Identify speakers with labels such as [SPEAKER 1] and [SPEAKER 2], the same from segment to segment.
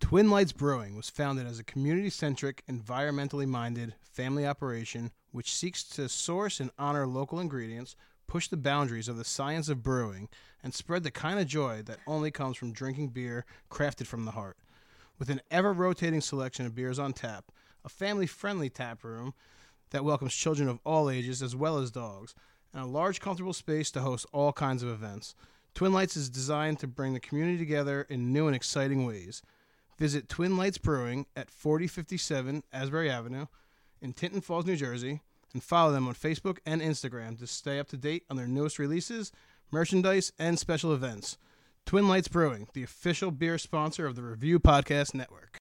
[SPEAKER 1] Twin Lights Brewing was founded as a community centric, environmentally minded family operation which seeks to source and honor local ingredients, push the boundaries of the science of brewing, and spread the kind of joy that only comes from drinking beer crafted from the heart. With an ever rotating selection of beers on tap, a family friendly tap room that welcomes children of all ages as well as dogs, and a large, comfortable space to host all kinds of events. Twin Lights is designed to bring the community together in new and exciting ways. Visit Twin Lights Brewing at 4057 Asbury Avenue in Tinton Falls, New Jersey, and follow them on Facebook and Instagram to stay up to date on their newest releases, merchandise, and special events. Twin Lights Brewing, the official beer sponsor of the Review Podcast Network.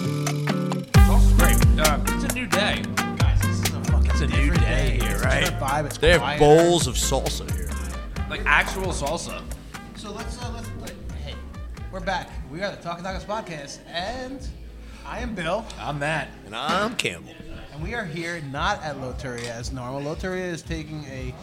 [SPEAKER 2] Sounds great. Uh, it's a new day.
[SPEAKER 1] Guys, this is a fucking
[SPEAKER 2] It's a new
[SPEAKER 1] different
[SPEAKER 2] day here,
[SPEAKER 1] It's a
[SPEAKER 2] right?
[SPEAKER 1] different vibe. It's
[SPEAKER 3] They have
[SPEAKER 1] quieter.
[SPEAKER 3] bowls of salsa here.
[SPEAKER 2] Like actual salsa.
[SPEAKER 1] So let's, uh, let's, let- hey, we're back. We are the Talking Tacos podcast, and I am Bill.
[SPEAKER 2] I'm Matt.
[SPEAKER 3] And I'm Campbell.
[SPEAKER 1] And we are here not at Loteria as normal. Loteria is taking a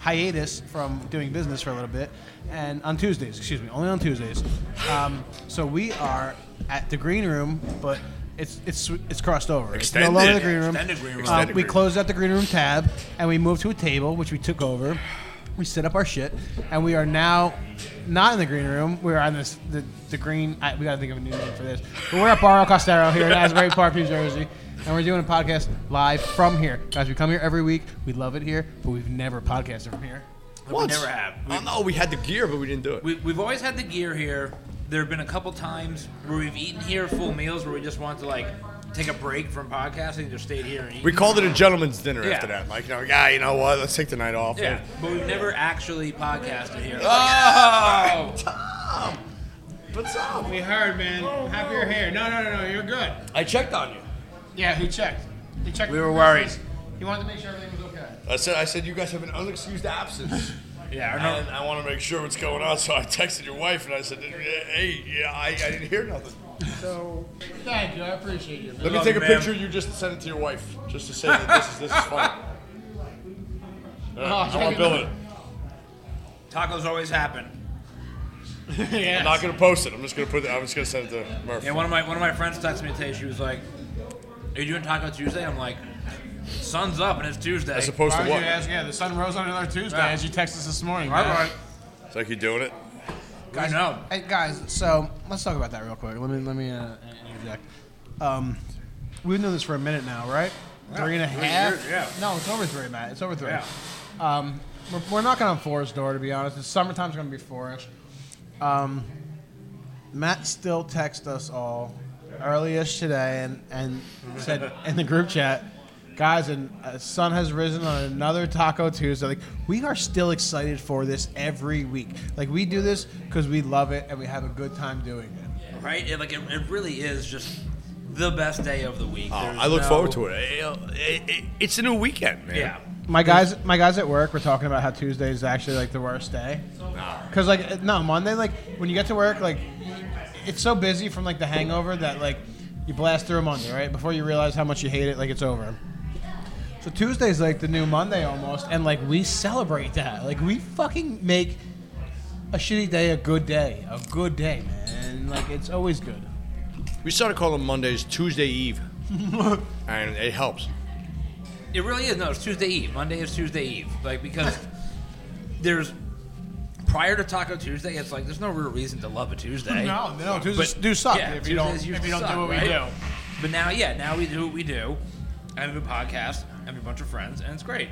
[SPEAKER 1] hiatus from doing business for a little bit, and on Tuesdays, excuse me, only on Tuesdays. Um, so we are at the green room, but it's it's it's crossed over. It's
[SPEAKER 3] Extended.
[SPEAKER 1] no longer the green room.
[SPEAKER 2] Extended green
[SPEAKER 1] Uh,
[SPEAKER 2] room.
[SPEAKER 3] Extended
[SPEAKER 1] we
[SPEAKER 3] green room.
[SPEAKER 1] closed out the green room tab, and we moved to a table which we took over. We set up our shit, and we are now not in the green room. We're on this the, the green. I, we gotta think of a new name for this. But we're at Barro Costero here in Asbury Park, New Jersey, and we're doing a podcast live from here, guys. We come here every week. We love it here, but we've never podcasted from here.
[SPEAKER 3] Once.
[SPEAKER 2] never have.
[SPEAKER 3] Oh, no, we had the gear, but we didn't do it.
[SPEAKER 2] We, we've always had the gear here. There have been a couple times where we've eaten here full meals where we just wanted to like take a break from podcasting and just stayed here and eat.
[SPEAKER 3] We called it a gentleman's dinner
[SPEAKER 2] Yeah.
[SPEAKER 3] after that. Like, you know, yeah, you know what? Let's take the night off.
[SPEAKER 2] yeah, but we've never actually podcasted here.
[SPEAKER 3] Oh! What's up?
[SPEAKER 1] We heard, man. Have your hair. No, no, no, no. You're good.
[SPEAKER 3] I checked on you.
[SPEAKER 1] Yeah, he checked. He checked.
[SPEAKER 2] We were worried.
[SPEAKER 1] He wanted to make sure everything was okay.
[SPEAKER 3] I said, I said, you guys have an unexcused absence.
[SPEAKER 2] Yeah, our
[SPEAKER 3] and I want to make sure what's going on, so I texted your wife and I said, hey, yeah, I, I didn't hear nothing.
[SPEAKER 1] Thank you. I appreciate you.
[SPEAKER 3] Let me
[SPEAKER 2] love
[SPEAKER 3] take
[SPEAKER 2] you,
[SPEAKER 3] a
[SPEAKER 2] ma'am.
[SPEAKER 3] picture. You just send it to your wife, just to say that this is this is fun. All right, I want to build it.
[SPEAKER 2] tacos always happen.
[SPEAKER 3] I'm not gonna post it. I'm just gonna put. It, I'm just gonna send it to Murph.
[SPEAKER 2] Yeah, one of my one of my friends texted me today. She was like, "Are you doing Taco Tuesday?" I'm like, "Sun's up and it's Tuesday."
[SPEAKER 3] As opposed to
[SPEAKER 1] Why would
[SPEAKER 3] what?
[SPEAKER 1] you ask? Yeah, the sun rose on another Tuesday,
[SPEAKER 2] Yeah.
[SPEAKER 1] as you texted us this morning.
[SPEAKER 2] All
[SPEAKER 1] man.
[SPEAKER 2] right,
[SPEAKER 3] It's like you doing it.
[SPEAKER 2] I know.
[SPEAKER 1] Hey guys, so let's talk about that real quick. Let me let me uh, interject. Um, we've known this for a minute now, right? Three and a
[SPEAKER 2] three
[SPEAKER 1] half.
[SPEAKER 2] years, yeah.
[SPEAKER 1] No, it's over three, Matt. It's over three.
[SPEAKER 2] Yeah.
[SPEAKER 1] Um, we're, we're knocking on four's door, to be honest. It's summertime's going to be fourish. Um, Matt still texted us all early-ish today and, and said in the group chat, guys, and uh, sun has risen on another Taco Tuesday. Like we are still excited for this every week. Like we do this because we love it and we have a good time doing it.
[SPEAKER 2] right? It, like it, it really is just the best day of the week. There's
[SPEAKER 3] Oh, I look
[SPEAKER 2] no-
[SPEAKER 3] forward to it. It's a new weekend, man.
[SPEAKER 2] Yeah,
[SPEAKER 1] My guys, my guys at work were talking about how Tuesday is actually like the worst day. Cause like no Monday, like when you get to work, like it's so busy from like the hangover that like you blast through a Monday, right? Before you realize how much you hate it, like it's over. So Tuesday's like the new Monday almost, and like we celebrate that. Like we fucking make a shitty day a good day, a good day, man. Like it's always good.
[SPEAKER 3] We started calling Mondays Tuesday Eve, and it helps.
[SPEAKER 2] it really is. No, it's Tuesday Eve. Monday is Tuesday Eve. Like because there's prior to Taco Tuesday, it's like there's no real reason to love a Tuesday.
[SPEAKER 1] no,
[SPEAKER 2] Tuesdays
[SPEAKER 1] do suck
[SPEAKER 2] Yeah, Tuesdays used to suck, right? But now, yeah, now we do what we do. I have a podcast. I have a bunch of friends, and it's great.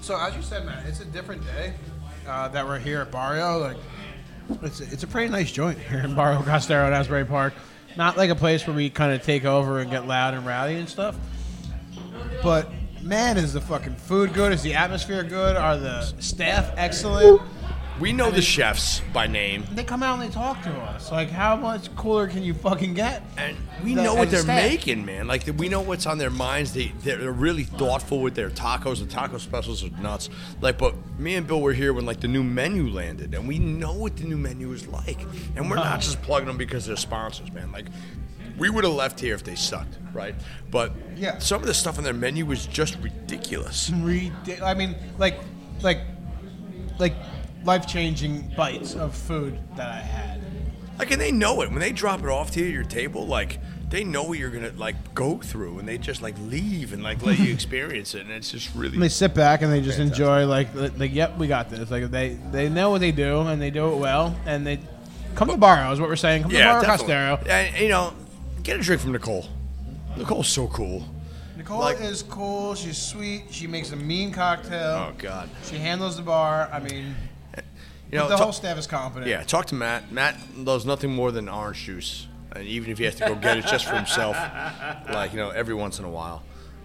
[SPEAKER 1] So as you said, man, it's a different day uh, that we're here at Barrio. Like, it's a, it's a pretty nice joint here in Barrio Costero at Asbury Park. Not like a place where we kind of take over and get loud and rowdy and stuff. But man, is the fucking food good? Is the atmosphere good? Are the staff excellent?
[SPEAKER 3] We know the chefs by name,
[SPEAKER 1] They come out and they talk to us. Like, how much cooler can you fucking get?
[SPEAKER 3] and we
[SPEAKER 1] The-
[SPEAKER 3] know
[SPEAKER 1] and
[SPEAKER 3] what
[SPEAKER 1] the
[SPEAKER 3] they're
[SPEAKER 1] staff.
[SPEAKER 3] making, man. Like we know what's on their minds. They they're really thoughtful with their tacos. The taco specials are nuts. Like, but me and Bill were here when like the new menu landed, and we know what the new menu is like, and we're not just plugging them because they're sponsors, man. Like. we would have left here if they sucked, right? But
[SPEAKER 1] Yeah.
[SPEAKER 3] some of the stuff on their menu was just ridiculous.
[SPEAKER 1] Ridi- I mean, like, like, like life-changing bites of food that I had.
[SPEAKER 3] Like, and they know it when they drop it off to you at your table. Like, they know what you're gonna like go through, and they just like leave and like let you experience it, and it's just really.
[SPEAKER 1] And they sit back and they just enjoy, like, li- like, yep, we got this. Like, they they know what they do and they do it well, and they come to Barro is what we're saying. Come
[SPEAKER 3] yeah,
[SPEAKER 1] to Barro
[SPEAKER 3] definitely.
[SPEAKER 1] Costero.
[SPEAKER 3] And, you know, get a drink from Nicole. Nicole's so cool.
[SPEAKER 1] Nicole
[SPEAKER 3] Like-
[SPEAKER 1] is cool. She's sweet. She makes a mean cocktail.
[SPEAKER 3] Oh God.
[SPEAKER 1] She handles the bar. I mean,
[SPEAKER 3] You know,
[SPEAKER 1] the
[SPEAKER 3] ta-
[SPEAKER 1] whole staff is competent.
[SPEAKER 3] yeah. Talk to Matt. Matt loves nothing more than orange juice, and even if he has to go get it just for himself, like you know, every once in a while.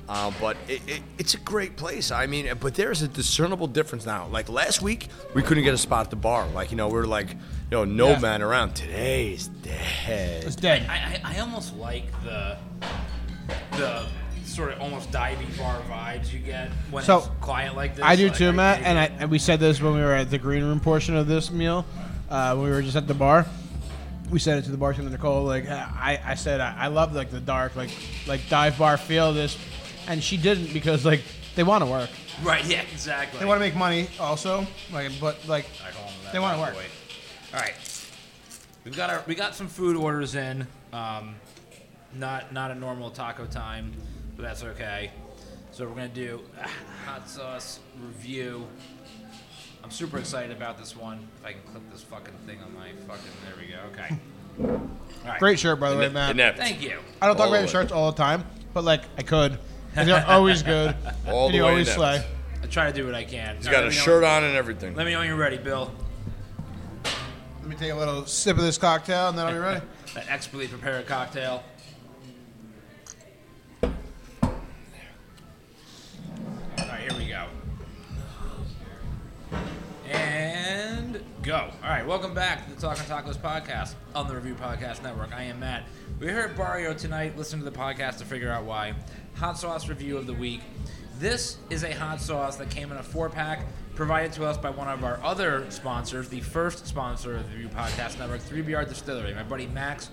[SPEAKER 3] Uh, but it, it, it's a great place. I mean, but there is a discernible difference now. Like last week, we couldn't get a spot at the bar. Like you know, we're like, you know, no
[SPEAKER 1] Yeah.
[SPEAKER 3] man around. Today's dead.
[SPEAKER 1] It's dead.
[SPEAKER 2] I, I, I almost like the the sort of almost divey bar vibes you get when
[SPEAKER 1] So,
[SPEAKER 2] it's quiet like this.
[SPEAKER 1] I do
[SPEAKER 2] Like,
[SPEAKER 1] too, Matt.
[SPEAKER 2] dig
[SPEAKER 1] And I
[SPEAKER 2] it.
[SPEAKER 1] and we said this when we were at the green room portion of this meal, uh, when we were just at the bar. We said it to the bartender Nicole. Like uh, I, I said, I, I love like the dark, like like dive bar feel. of This, and she didn't because like they want to work.
[SPEAKER 2] right, yeah, exactly.
[SPEAKER 1] They want to make money also. Like but like
[SPEAKER 2] I call them that,
[SPEAKER 1] they want to
[SPEAKER 2] by
[SPEAKER 1] work.
[SPEAKER 2] the way. All right, we've got our we got some food orders in. Um, not not a normal taco time, but that's okay. So we're gonna do a hot sauce review. I'm super excited about this one. If I can clip this fucking thing on my fucking, there we go. Okay. All right.
[SPEAKER 1] Great shirt by the way, Matt.
[SPEAKER 2] Thank you.
[SPEAKER 1] I don't talk
[SPEAKER 3] All the
[SPEAKER 1] about your
[SPEAKER 3] way.
[SPEAKER 1] shirts all the time, but like I could. And they're always good.
[SPEAKER 3] All
[SPEAKER 1] and
[SPEAKER 3] the
[SPEAKER 1] you
[SPEAKER 3] way
[SPEAKER 1] always
[SPEAKER 3] inept.
[SPEAKER 1] slay.
[SPEAKER 2] I try to do what I can.
[SPEAKER 3] He's got a shirt on and everything.
[SPEAKER 2] Let me know when you're ready, Bill.
[SPEAKER 1] Let me take a little sip of this cocktail and then I'll be ready.
[SPEAKER 2] An expertly prepared cocktail. All right, here we go. And go. All right, welcome back to the Talking Tacos podcast on the Review Podcast Network. I am Matt. We heard Barrio tonight. Listen to the podcast to figure out why. Hot sauce review of the week. This is a hot sauce that came in a four pack provided to us by one of our other sponsors, the first sponsor of the Review Podcast Network, 3BR Distillery. My buddy Max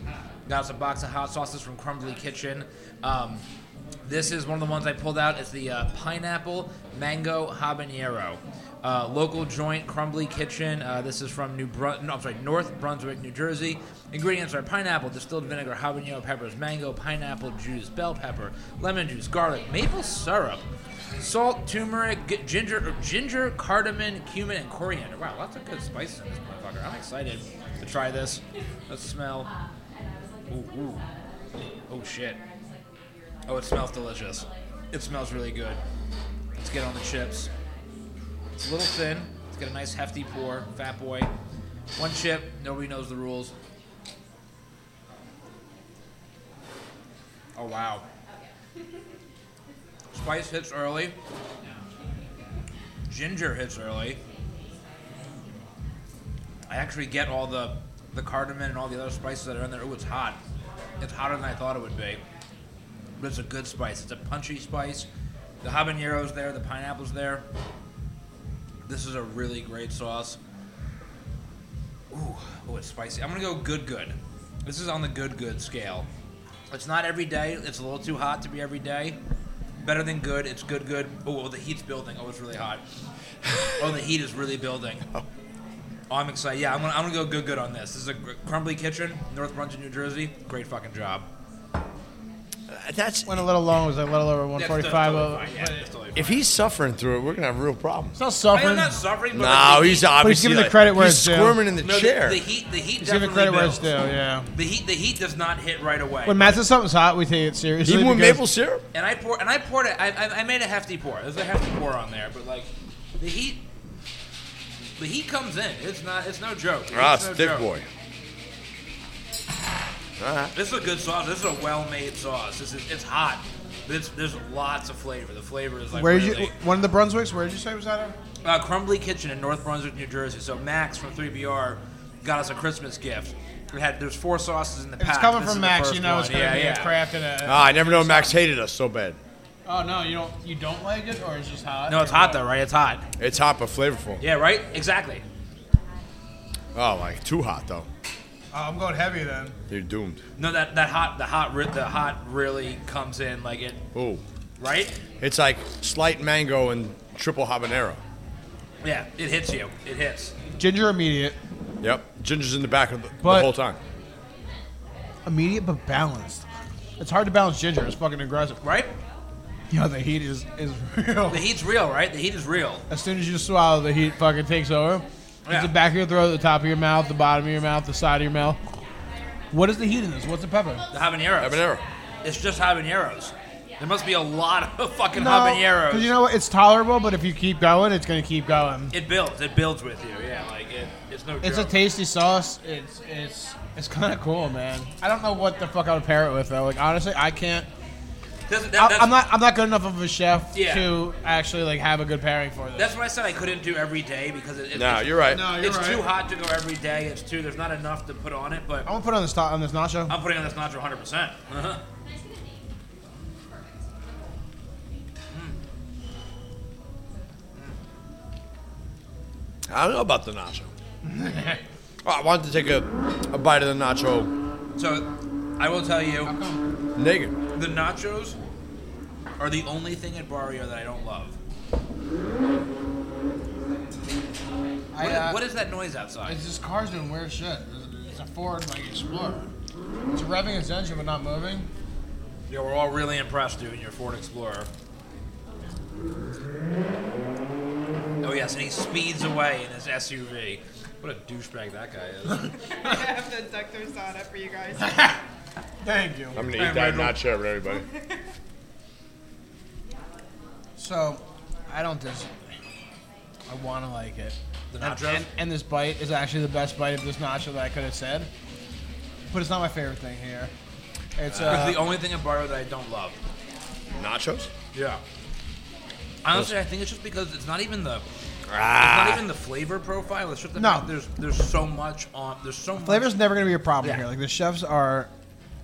[SPEAKER 2] got us a box of hot sauces from Crumbly Kitchen. Um, this is one of the ones I pulled out. It's the uh, pineapple mango habanero, uh, local joint Crumbly Kitchen. Uh, this is from New Brun- no, I'm sorry, North Brunswick, New Jersey. Ingredients are pineapple, distilled vinegar, habanero peppers, mango, pineapple juice, bell pepper, lemon juice, garlic, maple syrup, salt, turmeric, g- ginger, or ginger, cardamom, cumin, and coriander. Wow, lots of good spices in this motherfucker. I'm excited to try this. Let's smell. Ooh, ooh. Oh shit. Oh, it smells delicious. It smells really good. Let's get on the chips. It's a little thin. Let's get a nice hefty pour. Fat boy. One chip. Nobody knows the rules. Oh wow. Spice hits early. Ginger hits early. I actually get all the the cardamom and all the other spices that are in there. Ooh, it's hot. It's hotter than I thought it would be but it's a good spice. It's a punchy spice. The habanero's there, the pineapple's there. This is a really great sauce. Ooh, oh, it's spicy. I'm gonna go good, good. This is on the good, good scale. It's not every day. It's a little too hot to be every day. Better than good. It's good, good. Oh, oh, the heat's building. Oh, it's really hot. oh, the heat is really building. Oh, I'm excited. Yeah, I'm gonna, I'm gonna go good, good on this. This is a gr- crumbly kitchen, North Brunswick, New Jersey. Great fucking job.
[SPEAKER 3] That's
[SPEAKER 1] Went a little long, it was like a little over
[SPEAKER 2] That's- that's
[SPEAKER 1] 145.
[SPEAKER 2] totally
[SPEAKER 1] uh,
[SPEAKER 2] fine, yeah, that's totally
[SPEAKER 3] if he's suffering through it, we're gonna have real
[SPEAKER 1] It's
[SPEAKER 3] problems.
[SPEAKER 1] not
[SPEAKER 2] I am
[SPEAKER 1] suffering.
[SPEAKER 2] not suffering. But
[SPEAKER 3] No,
[SPEAKER 2] like the
[SPEAKER 3] he's
[SPEAKER 2] heat,
[SPEAKER 3] obviously
[SPEAKER 1] he's giving the
[SPEAKER 3] like-
[SPEAKER 1] credit where
[SPEAKER 3] he's
[SPEAKER 1] it's due.
[SPEAKER 3] squirming in the
[SPEAKER 2] no, the,
[SPEAKER 3] chair.
[SPEAKER 2] the heat. The heat.
[SPEAKER 1] He's giving
[SPEAKER 2] definitely
[SPEAKER 1] credit where it's
[SPEAKER 2] builds.
[SPEAKER 1] due, yeah.
[SPEAKER 2] The heat. The heat does not hit right away.
[SPEAKER 1] When Matt says something's hot, we take it seriously.
[SPEAKER 3] Even with
[SPEAKER 1] because-
[SPEAKER 3] maple syrup.
[SPEAKER 2] and I pour. And I poured it. I, I, I made a hefty pour. There's a hefty pour on there, but like the heat. The heat comes in. It's not. It's no joke. It's
[SPEAKER 3] Ah, it's
[SPEAKER 2] no
[SPEAKER 3] thick
[SPEAKER 2] joke.
[SPEAKER 3] boy. Alright.
[SPEAKER 2] This is a good sauce. This is a well-made sauce. This is. It's hot. But it's, there's lots of flavor. The flavor is like
[SPEAKER 1] Where did
[SPEAKER 2] really,
[SPEAKER 1] you? One of the Brunswicks. Where did you say was that? at?
[SPEAKER 2] uh, Crumbly Kitchen in North Brunswick, New Jersey. So Max from 3BR got us a Christmas gift. We had there's four sauces in the
[SPEAKER 1] If
[SPEAKER 2] pack.
[SPEAKER 1] it's coming
[SPEAKER 2] This is
[SPEAKER 1] from
[SPEAKER 2] the
[SPEAKER 1] Max,
[SPEAKER 2] first
[SPEAKER 1] you know it's
[SPEAKER 2] one.
[SPEAKER 1] gonna
[SPEAKER 2] yeah,
[SPEAKER 1] be
[SPEAKER 2] yeah. Uh,
[SPEAKER 1] a craft and a.
[SPEAKER 3] Ah, I never know Max hated us so bad.
[SPEAKER 1] Oh no, you don't. You don't like it, or it's just hot.
[SPEAKER 2] No, it's hot though, right? It's hot.
[SPEAKER 3] It's hot but flavorful.
[SPEAKER 2] Yeah, right. Exactly.
[SPEAKER 3] Oh, like too hot though.
[SPEAKER 1] I'm going heavy then.
[SPEAKER 3] You're doomed.
[SPEAKER 2] No, that that hot, the hot, re- the hot really comes in like it,
[SPEAKER 3] Oh,
[SPEAKER 2] right?
[SPEAKER 3] it's like slight mango and triple habanero.
[SPEAKER 2] Yeah, it hits you. It hits.
[SPEAKER 1] Ginger immediate,
[SPEAKER 3] Yep, ginger's in the back of the, the
[SPEAKER 1] But-
[SPEAKER 3] whole time.
[SPEAKER 1] immediate but balanced. It's hard to balance ginger. It's fucking aggressive.
[SPEAKER 2] Right?
[SPEAKER 1] Yeah, the heat is is real.
[SPEAKER 2] The heat's real, right? The heat is real.
[SPEAKER 1] As soon as you swallow, the heat fucking takes over.
[SPEAKER 2] Yeah.
[SPEAKER 1] It's the back of your throat, the top of your mouth, the bottom of your mouth, the side of your mouth. What is the heat in this? What's the pepper?
[SPEAKER 2] The habaneros.
[SPEAKER 3] Habanero.
[SPEAKER 2] It's just habaneros. There must be a lot of fucking habaneros.
[SPEAKER 1] because you know what? It's tolerable, but if you keep going, it's gonna keep going.
[SPEAKER 2] it builds. It builds with you. Yeah, like it, it's no
[SPEAKER 1] It's a
[SPEAKER 2] joke.
[SPEAKER 1] tasty sauce. It's it's it's kind of cool, man. I don't know what the fuck I would pair it with though. Like honestly, I can't.
[SPEAKER 2] That's- that-
[SPEAKER 1] I,
[SPEAKER 2] that's-
[SPEAKER 1] I'm not I'm not good enough of a chef
[SPEAKER 2] Yeah.
[SPEAKER 1] to actually like have a good pairing for this.
[SPEAKER 2] That's what I said I couldn't do every day because it, it,
[SPEAKER 3] No,
[SPEAKER 2] it's,
[SPEAKER 3] you're right.
[SPEAKER 1] No, you're
[SPEAKER 2] it's
[SPEAKER 1] right.
[SPEAKER 2] too hot to go every day. It's too. There's not enough to put on it. But
[SPEAKER 1] I'm gonna put it on this to- on this nacho.
[SPEAKER 2] I'm putting on this nacho 100. percent
[SPEAKER 3] I don't know about the nacho. Oh, I wanted to take a, a bite of the nacho
[SPEAKER 2] So, I will tell you,
[SPEAKER 3] naked.
[SPEAKER 2] the nachos are the only thing at Barrio that I don't love.
[SPEAKER 1] I,
[SPEAKER 2] What
[SPEAKER 1] uh,
[SPEAKER 2] is, what is that noise outside?
[SPEAKER 1] It's just cars doing weird shit. It's a Ford like Explorer. It's revving its engine but not moving.
[SPEAKER 2] Yeah, we're all really impressed, dude. in Your Ford Explorer. Oh yes, and he speeds away in his SUV. What a douchebag that guy is.
[SPEAKER 4] I have the Dr. Zada for you guys.
[SPEAKER 1] Thank you.
[SPEAKER 3] I'm gonna
[SPEAKER 2] eat that
[SPEAKER 3] nacho with everybody.
[SPEAKER 1] So, I don't dis. I want to like it.
[SPEAKER 2] The
[SPEAKER 1] And-
[SPEAKER 2] nachos?
[SPEAKER 1] And, and this bite is actually the best bite of this nacho that I could have said. But it's not my favorite thing here. It's uh,
[SPEAKER 2] It's the only thing at Barrio that I don't love.
[SPEAKER 3] Nachos?
[SPEAKER 2] Yeah. Honestly, I think it's just because it's not even the it's not
[SPEAKER 3] Ah.
[SPEAKER 2] even the flavor profile. It's just the
[SPEAKER 1] No.
[SPEAKER 2] fact there's there's so much on there's so
[SPEAKER 1] flavor's
[SPEAKER 2] much.
[SPEAKER 1] never gonna be a problem
[SPEAKER 2] Yeah.
[SPEAKER 1] here. Like the chefs are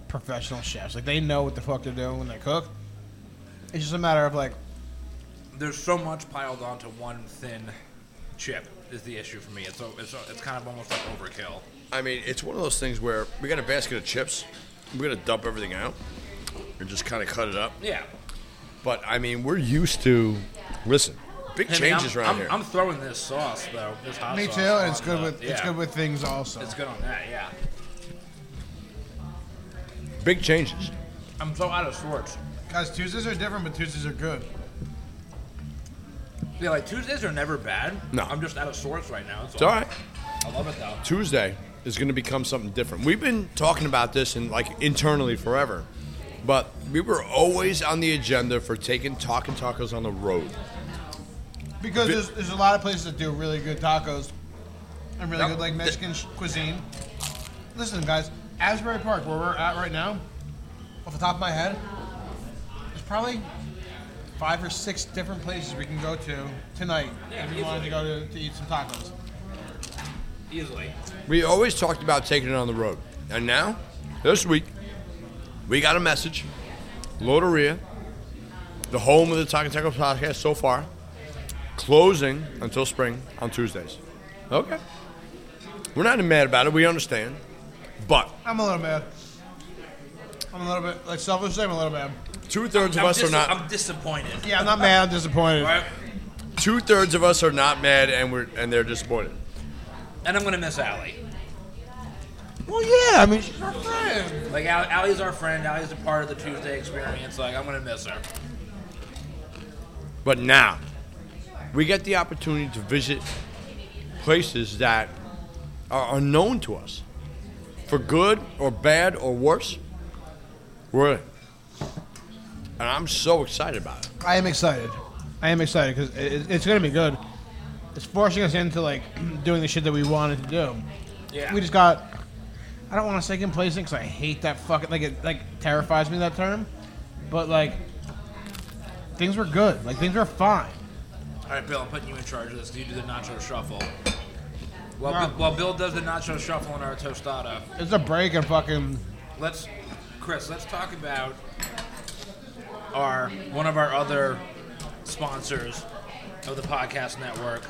[SPEAKER 1] professional chefs. Like they know what the fuck they're doing when they cook. It's just a matter of like
[SPEAKER 2] There's so much piled onto one thin chip is the issue for me. It's o- it's, o- it's kind of almost like overkill.
[SPEAKER 3] I mean, it's one of those things where we got a basket of chips. We're gonna dump everything out and just kind of cut it up.
[SPEAKER 2] Yeah.
[SPEAKER 3] But I mean, we're used to. Listen, big
[SPEAKER 2] I mean,
[SPEAKER 3] changes
[SPEAKER 2] I'm,
[SPEAKER 3] around
[SPEAKER 2] I'm,
[SPEAKER 3] here.
[SPEAKER 2] I'm throwing this sauce though. This hot
[SPEAKER 1] me
[SPEAKER 2] sauce
[SPEAKER 1] too, and it's
[SPEAKER 2] on
[SPEAKER 1] good
[SPEAKER 2] the-
[SPEAKER 1] with it's
[SPEAKER 2] yeah.
[SPEAKER 1] good with things also.
[SPEAKER 2] It's good on that. Yeah.
[SPEAKER 3] big changes.
[SPEAKER 2] I'm so out of sorts.
[SPEAKER 1] Guys, Tuesdays are different, but Tuesdays are good.
[SPEAKER 2] Yeah, like Tuesdays are never bad.
[SPEAKER 3] No.
[SPEAKER 2] I'm just out of sorts right now.
[SPEAKER 3] It's all right.
[SPEAKER 2] I love it though.
[SPEAKER 3] Tuesday is going to become something different. We've been talking about this and like internally forever, but we were always on the agenda for taking talking tacos on the road.
[SPEAKER 1] Because there's, there's a lot of places that do really good tacos and really
[SPEAKER 2] Yep.
[SPEAKER 1] good like Mexican sh- cuisine. Listen, guys, Asbury Park, where we're at right now, off the top of my head, there's probably five or six different places we can go to tonight if we wanted to go to, to eat some tacos.
[SPEAKER 2] Easily.
[SPEAKER 3] We always talked about taking it on the road, and now this week we got a message, Loteria, the home of the Talking Taco podcast so far, closing until spring on Tuesdays. Okay, we're not mad about it. We understand, but
[SPEAKER 1] I'm a little mad. I'm a little bit like selfishly. I'm a little mad.
[SPEAKER 3] two thirds of
[SPEAKER 2] I'm,
[SPEAKER 3] us
[SPEAKER 2] dis-
[SPEAKER 3] are not.
[SPEAKER 2] I'm disappointed.
[SPEAKER 1] Yeah, I'm not mad. I'm disappointed.
[SPEAKER 2] Right?
[SPEAKER 3] two thirds of us are not mad and we're and they're disappointed.
[SPEAKER 2] And I'm gonna miss Allie.
[SPEAKER 1] Well, yeah. I mean, she's our friend.
[SPEAKER 2] Like Al- Allie's our friend. Allie's a part of the Tuesday experience. Like I'm gonna miss her.
[SPEAKER 3] But now we get the opportunity to visit places that are unknown to us. For good or bad or worse. Really. And I'm so excited about it.
[SPEAKER 1] I am excited. I am excited because it, it's going to be good. It's forcing us into like doing the shit that we wanted to do.
[SPEAKER 2] Yeah.
[SPEAKER 1] We just got. I don't want to say complacent because I hate that fucking like it like terrifies me that term, but like things were good. Like things were fine.
[SPEAKER 2] All right, Bill. I'm putting you in charge of this. You do the nacho shuffle. While,
[SPEAKER 1] Yeah.
[SPEAKER 2] Bi- while Bill does the nacho shuffle and our tostada,
[SPEAKER 1] It's a break and fucking.
[SPEAKER 2] let's, Chris, let's talk about our one of our other sponsors of the podcast network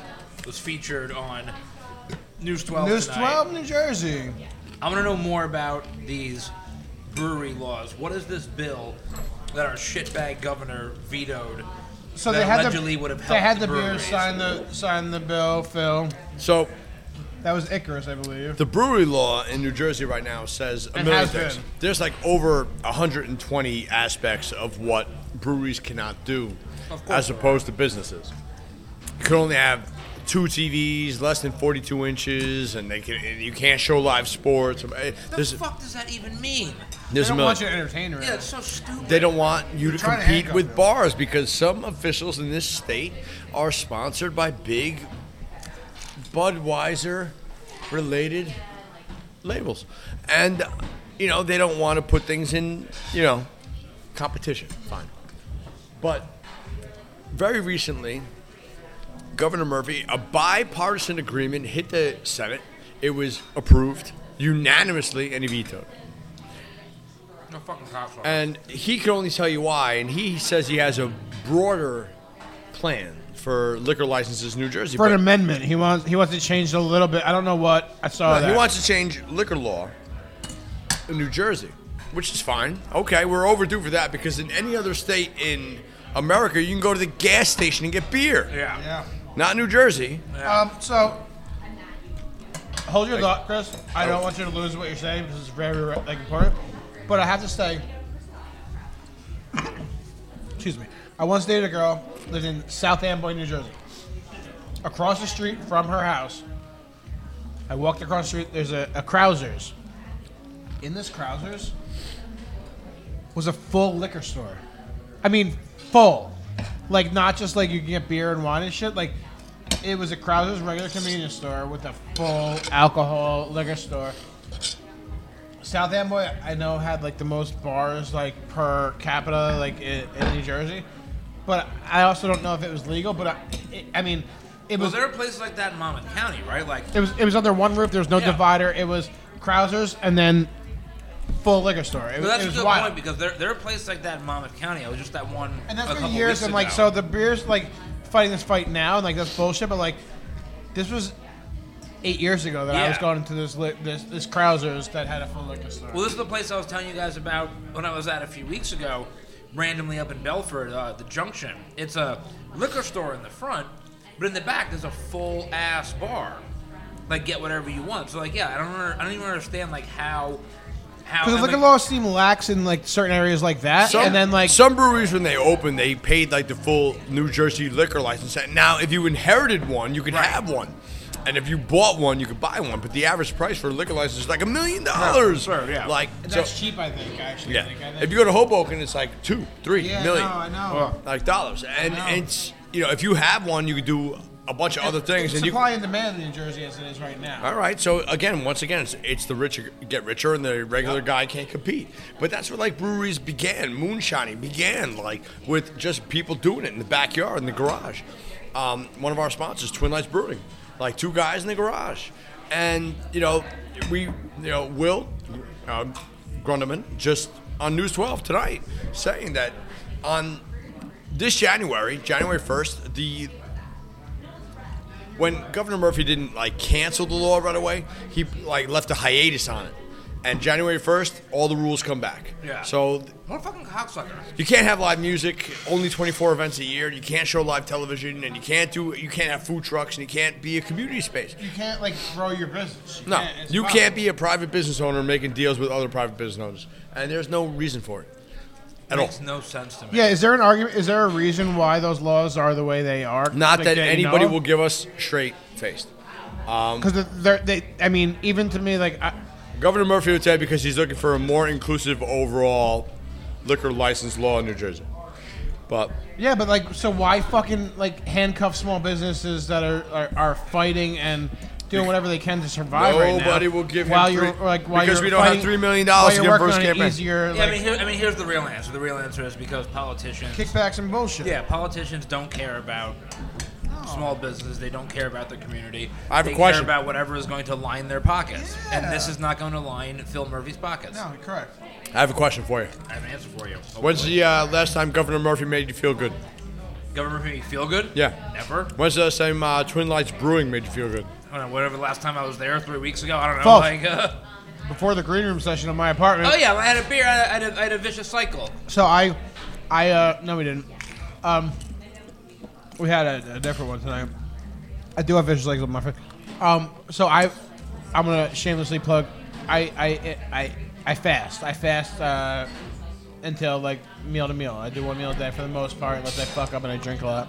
[SPEAKER 2] was featured on News 12
[SPEAKER 1] News
[SPEAKER 2] tonight.
[SPEAKER 1] 12, New Jersey.
[SPEAKER 2] I want to know more about these brewery laws. What is this bill that our shitbag governor vetoed?
[SPEAKER 1] So
[SPEAKER 2] that
[SPEAKER 1] they had
[SPEAKER 2] allegedly
[SPEAKER 1] the
[SPEAKER 2] would have
[SPEAKER 1] they had
[SPEAKER 2] helped the
[SPEAKER 1] the, beer
[SPEAKER 2] breweries.
[SPEAKER 1] sign the sign the bill. Phil,
[SPEAKER 3] So
[SPEAKER 1] that was Icarus, I believe.
[SPEAKER 3] the brewery law in New Jersey right now says a
[SPEAKER 1] It
[SPEAKER 3] million
[SPEAKER 1] has
[SPEAKER 3] things.
[SPEAKER 1] been.
[SPEAKER 3] There's like over 120 aspects of what breweries cannot do,
[SPEAKER 2] Of course
[SPEAKER 3] as
[SPEAKER 2] there
[SPEAKER 3] opposed to businesses. You can only have two TVs, less than 42 inches, and they can and you can't show live sports. Eh,
[SPEAKER 2] What the
[SPEAKER 3] There's,
[SPEAKER 2] fuck does that even mean?
[SPEAKER 1] They
[SPEAKER 3] there's a
[SPEAKER 1] don't
[SPEAKER 3] million.
[SPEAKER 1] want you to entertain
[SPEAKER 2] Yeah,
[SPEAKER 1] around.
[SPEAKER 2] it's so stupid.
[SPEAKER 3] They don't want you to
[SPEAKER 1] trying to
[SPEAKER 3] compete
[SPEAKER 1] handcuff
[SPEAKER 3] with
[SPEAKER 1] them.
[SPEAKER 3] bars because some officials in this state are sponsored by big Budweiser related labels. And, you know, they don't want to put things in, you know, competition. Fine. But very recently, Governor Murphy, a bipartisan agreement hit the Senate. It was approved unanimously and vetoed.
[SPEAKER 2] No fucking cops. are.
[SPEAKER 3] And he can only tell you why. And he says he has a broader plan for liquor licenses in New Jersey.
[SPEAKER 1] For an
[SPEAKER 3] but-
[SPEAKER 1] amendment, he wants he wants to change it a little bit. I don't know what I saw.
[SPEAKER 3] he
[SPEAKER 1] that.
[SPEAKER 3] wants to change liquor law in New Jersey, which is fine. Okay, we're overdue for that because in any other state in America, you can go to the gas station and get beer.
[SPEAKER 2] yeah.
[SPEAKER 1] yeah.
[SPEAKER 3] Not New Jersey.
[SPEAKER 1] Um, so hold your thought, Chris. I don't want you to lose what you're saying because it's very like important. But I have to say, excuse me. I once dated a girl lived in South Amboy, New Jersey. Across the street from her house, I walked across the street. There's a, a Krausers. In this Krausers was a full liquor store. I mean, full. Like not just like you can get beer and wine and shit. Like it was a Krauser's regular convenience store with a full alcohol liquor store. South Amboy, I know, had like the most bars like per capita like in, in New Jersey, but I also don't know if it was legal. But I, it, I mean, it
[SPEAKER 2] Well,
[SPEAKER 1] was
[SPEAKER 2] there are places like that in Monmouth County, right? Like,
[SPEAKER 1] it was it was under one roof. There was no
[SPEAKER 2] Yeah.
[SPEAKER 1] divider. It was Krausers and then full liquor store. It,
[SPEAKER 2] but
[SPEAKER 1] was-
[SPEAKER 2] that's
[SPEAKER 1] it
[SPEAKER 2] a
[SPEAKER 1] was
[SPEAKER 2] good
[SPEAKER 1] wild.
[SPEAKER 2] point because there, there are places like that in Monmouth County. I was just at one.
[SPEAKER 1] And that's
[SPEAKER 2] a
[SPEAKER 1] been
[SPEAKER 2] couple
[SPEAKER 1] years.
[SPEAKER 2] weeks
[SPEAKER 1] And like,
[SPEAKER 2] ago.
[SPEAKER 1] so the beer's like fighting this fight now, and like that's bullshit. But like, this was eight years ago that I was
[SPEAKER 2] Yeah.
[SPEAKER 1] going into this li- this this Krausers that had a full liquor store.
[SPEAKER 2] Well, this is the place I was telling you guys about when I was at a few weeks ago, randomly up in Belford, uh, the Junction. It's a liquor store in the front, but in the back there's a full ass bar. Like get whatever you want. So like yeah, I don't under- I don't even understand like how how
[SPEAKER 1] Because the
[SPEAKER 2] how
[SPEAKER 1] liquor
[SPEAKER 2] many-
[SPEAKER 1] laws seem lax in like certain areas like that,
[SPEAKER 3] Some,
[SPEAKER 1] and then like
[SPEAKER 3] some breweries when they opened, they paid like the full New Jersey liquor license. And Now, if you inherited one, you could have one, and if you bought one, you could buy one. But the average price for a liquor license is like a million dollars.
[SPEAKER 2] sure, yeah.
[SPEAKER 3] Like
[SPEAKER 1] that's
[SPEAKER 3] so-
[SPEAKER 1] cheap. I think actually.
[SPEAKER 3] Yeah.
[SPEAKER 1] Like, I think-
[SPEAKER 3] If you go to Hoboken, it's like two, three million
[SPEAKER 1] yeah, no, I know.
[SPEAKER 3] like dollars, and
[SPEAKER 1] know.
[SPEAKER 3] it's you know if you have one, you could do a bunch of other things,
[SPEAKER 1] It's
[SPEAKER 3] and you.
[SPEAKER 1] supply and demand in New Jersey as it is right now.
[SPEAKER 3] All right, so again, once again, it's, it's the rich get richer, and the regular guy can't compete. But that's where like breweries began, moonshining began, like with just people doing it in the backyard, in the garage. Um, one of our sponsors, Twin Lights Brewing, like two guys in the garage, and you know we, you know, Will uh, Grundeman just on News 12 tonight saying that on this January, January 1st, the when Governor Murphy didn't like cancel the law right away, he like left a hiatus on it. And January 1st, all the rules come back.
[SPEAKER 2] Yeah.
[SPEAKER 3] So
[SPEAKER 2] what a fucking cocksucker.
[SPEAKER 3] you can't have live music, only 24 events a year. You can't show live television and you can't do you can't have food trucks and you can't be a community space.
[SPEAKER 1] You can't like grow your business. You
[SPEAKER 3] No,
[SPEAKER 1] can't, it's
[SPEAKER 3] you
[SPEAKER 1] impossible.
[SPEAKER 3] can't be a private business owner making deals with other private business owners. And there's no reason for it. At all.
[SPEAKER 2] Makes no sense to me.
[SPEAKER 1] Yeah, is there an argument? Is there a reason why those laws are the way they are?
[SPEAKER 3] Not that anybody will give us straight faced.
[SPEAKER 1] Because they're they. I mean, even to me, like I,
[SPEAKER 3] Governor Murphy would say because he's looking for a more inclusive overall liquor license law in New Jersey. But
[SPEAKER 1] yeah, but like, so why fucking like handcuff small businesses that are are, are fighting and doing whatever they can to survive right now?
[SPEAKER 3] Nobody will give him
[SPEAKER 1] while you're
[SPEAKER 3] three-
[SPEAKER 1] like while
[SPEAKER 3] because
[SPEAKER 1] you're
[SPEAKER 3] we don't have
[SPEAKER 1] fighting-
[SPEAKER 3] $3 million dollars
[SPEAKER 1] while
[SPEAKER 3] to
[SPEAKER 1] you're
[SPEAKER 3] give
[SPEAKER 1] working
[SPEAKER 3] Bruce
[SPEAKER 1] on an
[SPEAKER 3] Campbell.
[SPEAKER 1] easier
[SPEAKER 2] Yeah, I
[SPEAKER 1] like,
[SPEAKER 2] mean, here, I mean, here's the real answer. The real answer is because politicians
[SPEAKER 1] kickbacks and bullshit.
[SPEAKER 2] Yeah, politicians don't care about small businesses. They don't care about the community.
[SPEAKER 3] I have a
[SPEAKER 2] they care
[SPEAKER 3] question.
[SPEAKER 2] about whatever is going to line their pockets. And this is not going to line Phil Murphy's pockets.
[SPEAKER 1] No, correct.
[SPEAKER 3] I have a question for you.
[SPEAKER 2] I have an answer for you. hopefully.
[SPEAKER 3] When's the uh, last time Governor Murphy made you feel good?
[SPEAKER 2] Governor Murphy feel good?
[SPEAKER 3] Yeah.
[SPEAKER 2] Never.
[SPEAKER 3] When's the last time uh, Twin Lights Brewing made you feel good?
[SPEAKER 2] I don't know, whatever the last time I was there, three weeks ago, I don't know.
[SPEAKER 1] False.
[SPEAKER 2] Like, uh,
[SPEAKER 1] before the green room session of my apartment.
[SPEAKER 2] Oh yeah, I had a beer. I had a, I had a vicious cycle.
[SPEAKER 1] So I, I uh, no, we didn't. Um, we had a, a different one tonight. I do have vicious legs with my friend. Um, so I, I'm gonna shamelessly plug. I I I I fast. I fast uh, until like meal to meal. I do one meal a day for the most part, unless I fuck up and I drink a lot.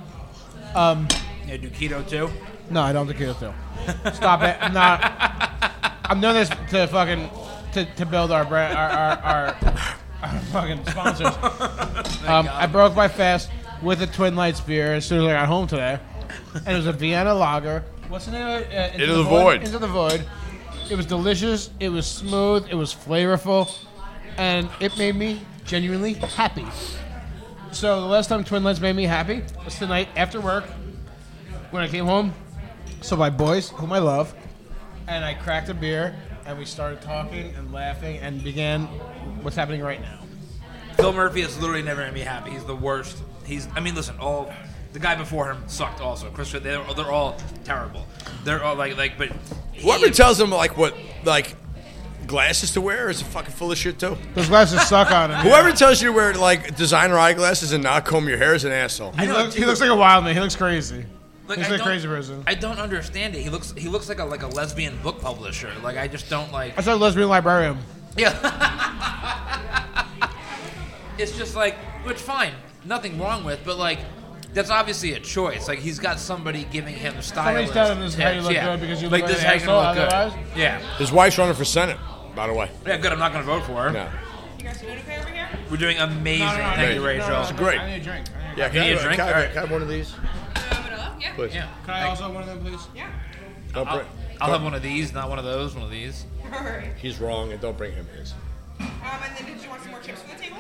[SPEAKER 2] Yeah, do keto too.
[SPEAKER 1] No, I don't think it'll fail. Stop it. I'm not. I'm doing this to fucking to, to build our brand, our our, our, our fucking sponsors. Um, I broke my fast with a Twin Lights beer as soon as I got home today, and it was a Vienna lager. What's the name? of it? Uh, Into,
[SPEAKER 3] the Void.
[SPEAKER 1] Into the void. It was delicious. It was smooth. It was flavorful, and it made me genuinely happy. So the last time Twin Lights made me happy was tonight after work when I came home. So my boys, whom I love, and I cracked a beer and we started talking and laughing and began what's happening right now.
[SPEAKER 2] Phil Murphy has literally never made me happy. He's the worst. He's. I mean, listen. All the guy before him sucked. Also, Chris. They're, they're all terrible. They're all like like. But he-
[SPEAKER 3] Whoever tells him like what like glasses to wear is fucking full of shit too.
[SPEAKER 1] Those glasses suck on him.
[SPEAKER 3] Whoever tells you to wear like designer eyeglasses and not comb your hair is an asshole.
[SPEAKER 2] I
[SPEAKER 1] He
[SPEAKER 2] know,
[SPEAKER 1] looks, he
[SPEAKER 2] dude.
[SPEAKER 1] looks like a wild man. He looks crazy.
[SPEAKER 2] Like,
[SPEAKER 1] He's
[SPEAKER 2] I
[SPEAKER 1] like a
[SPEAKER 2] don't-
[SPEAKER 1] crazy person.
[SPEAKER 2] I don't understand it. He looks he looks like a like a lesbian book publisher. Like I just don't like.
[SPEAKER 1] I saw a lesbian librarian.
[SPEAKER 2] Yeah. it's just like, which fine, nothing wrong with, but like, that's obviously a choice. Like he's got somebody giving him style.
[SPEAKER 1] Somebody's telling him this is how you look good because you look
[SPEAKER 2] like
[SPEAKER 1] like
[SPEAKER 2] this is
[SPEAKER 1] an
[SPEAKER 2] how you're gonna look
[SPEAKER 1] asshole
[SPEAKER 2] good. Yeah,
[SPEAKER 3] His wife's running for senate, by the way.
[SPEAKER 2] yeah, good. I'm not gonna vote for her.
[SPEAKER 3] Yeah.
[SPEAKER 4] You guys doing okay over here?
[SPEAKER 2] We're doing amazing. Thank you,
[SPEAKER 3] no,
[SPEAKER 2] Rachel.
[SPEAKER 3] no, no. Great.
[SPEAKER 1] I need a drink. I need a
[SPEAKER 3] Yeah,
[SPEAKER 2] can I- need a drink? can I- All right. can
[SPEAKER 3] have one of these?
[SPEAKER 4] Uh, vanilla? Yeah.
[SPEAKER 3] Please.
[SPEAKER 2] Yeah,
[SPEAKER 1] Can I also have one of them, please?
[SPEAKER 4] Yeah.
[SPEAKER 3] Don't
[SPEAKER 2] I'll,
[SPEAKER 3] bring,
[SPEAKER 2] I'll have one of these, not one of those, one of these.
[SPEAKER 4] All right.
[SPEAKER 3] He's wrong, and don't bring him his.
[SPEAKER 4] Um, and then did you want some more chips for the table?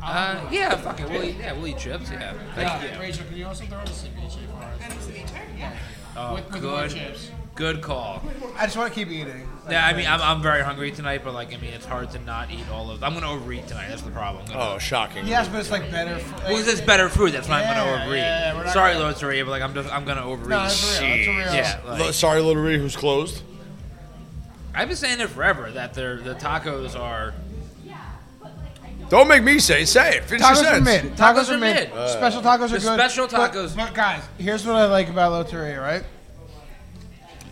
[SPEAKER 2] Uh, yeah, fuck it. We'll eat, yeah, we'll eat chips. Yeah. Thank you.
[SPEAKER 1] Rachel, can you also throw in a ceviche for us?
[SPEAKER 4] And some each other? Yeah.
[SPEAKER 2] Oh,
[SPEAKER 1] With- with more
[SPEAKER 2] good.
[SPEAKER 1] chips.
[SPEAKER 2] Good call.
[SPEAKER 1] I just want to keep eating.
[SPEAKER 2] Yeah, I mean, I'm, I'm very hungry tonight, but like, I mean, it's hard to not eat all of. I'm gonna overeat tonight. That's the problem.
[SPEAKER 3] Oh, shocking.
[SPEAKER 1] Yes, but it's like better. For,
[SPEAKER 2] Well, it's better food. That's why I'm
[SPEAKER 1] Yeah,
[SPEAKER 2] gonna overeat.
[SPEAKER 1] yeah, we're not
[SPEAKER 2] Sorry,
[SPEAKER 1] gonna-
[SPEAKER 2] Lord Saria, but like, I'm just I'm gonna overeat.
[SPEAKER 1] No, it's real. It's real.
[SPEAKER 2] Yeah,
[SPEAKER 3] Lo-
[SPEAKER 2] like,
[SPEAKER 3] Sorry, Little Ree, who's closed.
[SPEAKER 2] I've been saying it forever that they're, the tacos are.
[SPEAKER 3] Don't make me say it. Say it. Finish your
[SPEAKER 1] Tacos are
[SPEAKER 3] sentence.
[SPEAKER 1] mid. Tacos,
[SPEAKER 2] Tacos
[SPEAKER 1] are
[SPEAKER 2] are
[SPEAKER 1] mid.
[SPEAKER 2] mid. Uh,
[SPEAKER 1] special tacos are
[SPEAKER 2] the
[SPEAKER 1] good.
[SPEAKER 2] special
[SPEAKER 1] But-
[SPEAKER 2] tacos-
[SPEAKER 1] But, guys, here's what I like about Loteria, right?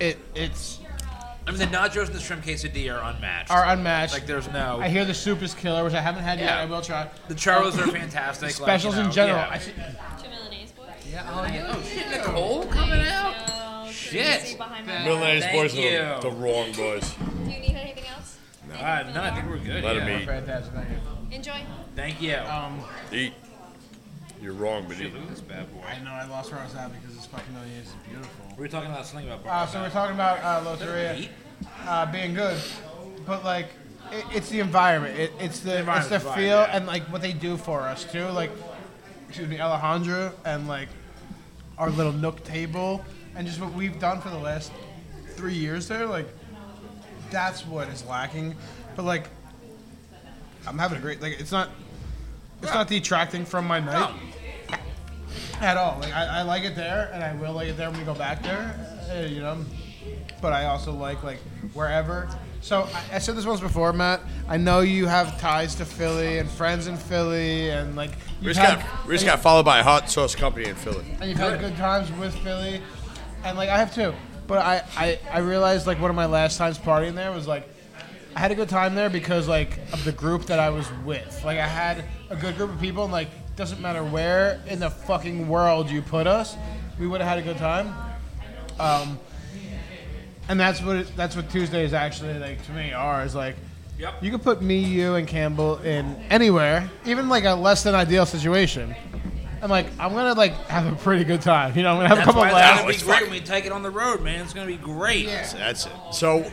[SPEAKER 1] It it's
[SPEAKER 2] I mean, the nachos and the shrimp quesadilla are unmatched.
[SPEAKER 1] are unmatched.
[SPEAKER 2] like, there's no.
[SPEAKER 1] I hear the soup is killer, which I haven't had yet.
[SPEAKER 2] Yeah.
[SPEAKER 1] I will try.
[SPEAKER 2] the charros are fantastic.
[SPEAKER 1] Specials
[SPEAKER 2] like, you know,
[SPEAKER 1] in general.
[SPEAKER 2] Yeah.
[SPEAKER 1] I see-
[SPEAKER 2] Yeah, oh, yeah. Oh, shit, Nicole coming out. Shit.
[SPEAKER 3] Middle aged
[SPEAKER 2] Thank
[SPEAKER 3] boys are
[SPEAKER 2] you.
[SPEAKER 3] the, the wrong boys.
[SPEAKER 5] Do you need anything else?
[SPEAKER 2] Uh, no, I think we're good.
[SPEAKER 3] Let
[SPEAKER 2] yeah.
[SPEAKER 3] 'em eat.
[SPEAKER 1] fantastic. Thank you.
[SPEAKER 5] Enjoy.
[SPEAKER 2] Thank you.
[SPEAKER 1] Um,
[SPEAKER 3] Eat. You're wrong, but
[SPEAKER 2] Dude,
[SPEAKER 3] eat.
[SPEAKER 2] look at this bad boy.
[SPEAKER 1] I know I lost where I was at because this fucking million is beautiful.
[SPEAKER 2] We were talking about something about.
[SPEAKER 1] Uh, so we're talking about uh, Loteria.
[SPEAKER 2] Eat?
[SPEAKER 1] uh, being good, but like it, it's the environment. It, it's the, it's
[SPEAKER 2] environment's
[SPEAKER 1] the
[SPEAKER 2] right,
[SPEAKER 1] feel
[SPEAKER 2] yeah.
[SPEAKER 1] and like what they do for us too. Like excuse me, Alejandra and like our little nook table and just what we've done for the last three years there. Like that's what is lacking. But like I'm having a great like it's not it's not detracting from my night. At all, like I, I like it there, and I will like it there when we go back there. uh, you know, but I also like like wherever. So I, I said this once before, Matt. I know you have ties to Philly and friends in Philly, and like
[SPEAKER 3] We
[SPEAKER 1] you've
[SPEAKER 3] just,
[SPEAKER 1] had,
[SPEAKER 3] got, we just got followed by a hot sauce company in Philly.
[SPEAKER 1] and you've had good times with Philly, and like I have too. But I, I I realized like one of my last times partying there was like I had a good time there because like of the group that I was with. Like I had a good group of people, and like doesn't matter where in the fucking world you put us, we would have had a good time. Um, and that's what it, that's what Tuesdays actually like to me are is like.
[SPEAKER 2] Yep.
[SPEAKER 1] You could put me, you, and Campbell in anywhere, even like a less than ideal situation. I'm like, I'm gonna like have a pretty good time. You know, I'm gonna have
[SPEAKER 2] That's
[SPEAKER 1] a couple
[SPEAKER 2] why it's gonna
[SPEAKER 1] laughs.
[SPEAKER 2] be great when we take it on the road, man. It's gonna be great.
[SPEAKER 3] So that's it. So,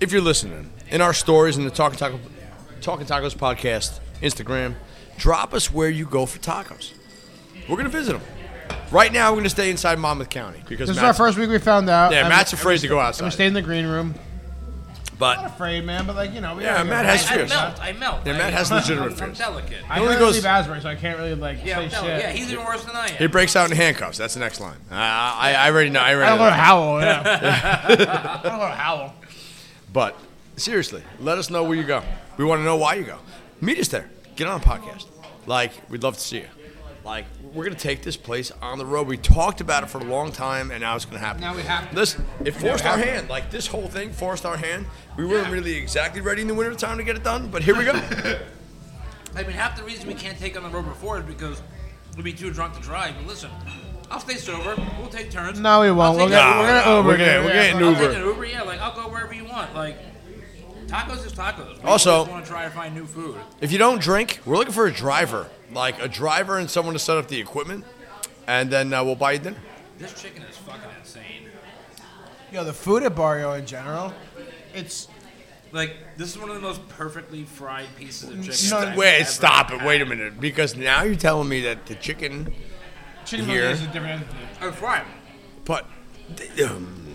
[SPEAKER 3] if you're listening, in our stories in the Talking Taco, Talking Tacos podcast, Instagram, drop us where you go for tacos. We're gonna visit them. Right now, we're gonna stay inside Monmouth County because
[SPEAKER 1] This is our
[SPEAKER 3] Matt's-
[SPEAKER 1] first week we found out.
[SPEAKER 3] Yeah,
[SPEAKER 1] I'm-
[SPEAKER 3] Matt's afraid to go
[SPEAKER 1] I'm
[SPEAKER 3] outside.
[SPEAKER 1] staying in the green room. I'm
[SPEAKER 3] But
[SPEAKER 1] not afraid, man, but like you know, we
[SPEAKER 3] Yeah,
[SPEAKER 1] gotta
[SPEAKER 3] Matt
[SPEAKER 1] go.
[SPEAKER 3] has-
[SPEAKER 2] I, I
[SPEAKER 3] fears.
[SPEAKER 2] melt. I melt.
[SPEAKER 3] Yeah,
[SPEAKER 2] I-
[SPEAKER 3] Matt has
[SPEAKER 2] I'm-
[SPEAKER 3] legitimate
[SPEAKER 2] I'm, I'm
[SPEAKER 3] fears.
[SPEAKER 2] delicate.
[SPEAKER 1] I
[SPEAKER 3] He only
[SPEAKER 1] only
[SPEAKER 3] goes-
[SPEAKER 1] goes leave Asbury, so I can't really like
[SPEAKER 2] Yeah,
[SPEAKER 1] say
[SPEAKER 2] I'm telling-
[SPEAKER 1] shit.
[SPEAKER 2] yeah, he's even worse than I am.
[SPEAKER 3] he breaks out in handcuffs. That's the next line. Uh, I I already know. I
[SPEAKER 1] I
[SPEAKER 3] already
[SPEAKER 1] don't know
[SPEAKER 3] know.
[SPEAKER 1] howl. Yeah, I don't know howl.
[SPEAKER 3] But Seriously, let us know where you go. We want to know why you go. Meet us there. Get on a podcast. Like, we'd love to see you. Like, we're going to take this place on the road. We talked about it for a long time, and now it's going to happen.
[SPEAKER 2] Now we have to.
[SPEAKER 3] Listen, it
[SPEAKER 2] we
[SPEAKER 3] forced our
[SPEAKER 2] have to.
[SPEAKER 3] hand. Like, this whole thing forced our hand. We weren't
[SPEAKER 2] Yeah.
[SPEAKER 3] really exactly ready in the winter time to get it done, but here we go.
[SPEAKER 2] I mean, half the reason we can't take on the road before is because we'd be too drunk to drive. But listen, I'll stay sober. We'll take turns.
[SPEAKER 1] No, we won't.
[SPEAKER 2] I'll
[SPEAKER 1] We'll
[SPEAKER 2] take
[SPEAKER 1] get,
[SPEAKER 2] a-
[SPEAKER 1] we're gonna
[SPEAKER 3] no,
[SPEAKER 1] Uber.
[SPEAKER 3] we're getting-
[SPEAKER 1] dude.
[SPEAKER 3] we're
[SPEAKER 1] Yeah,
[SPEAKER 3] getting
[SPEAKER 1] fuck.
[SPEAKER 2] I'll
[SPEAKER 3] Uber.
[SPEAKER 2] take an Uber. Yeah, like I'll go wherever you want. Like tacos is tacos. We
[SPEAKER 3] Also-
[SPEAKER 2] just want to try and find new food.
[SPEAKER 3] If you don't drink, we're looking for a driver, like a driver and someone to set up the equipment, and then uh, we'll buy you dinner.
[SPEAKER 2] This chicken is fucking insane.
[SPEAKER 1] Yo, the food at Barrio in general, it's
[SPEAKER 2] Like this is one of the most perfectly fried pieces of chicken.
[SPEAKER 1] No,
[SPEAKER 2] I've
[SPEAKER 3] Wait,
[SPEAKER 2] ever
[SPEAKER 3] stop it.
[SPEAKER 2] had.
[SPEAKER 3] Wait a minute, because now you're telling me that the chicken,
[SPEAKER 1] chicken
[SPEAKER 3] Here.
[SPEAKER 1] is a different.
[SPEAKER 2] It's fried.
[SPEAKER 3] but um,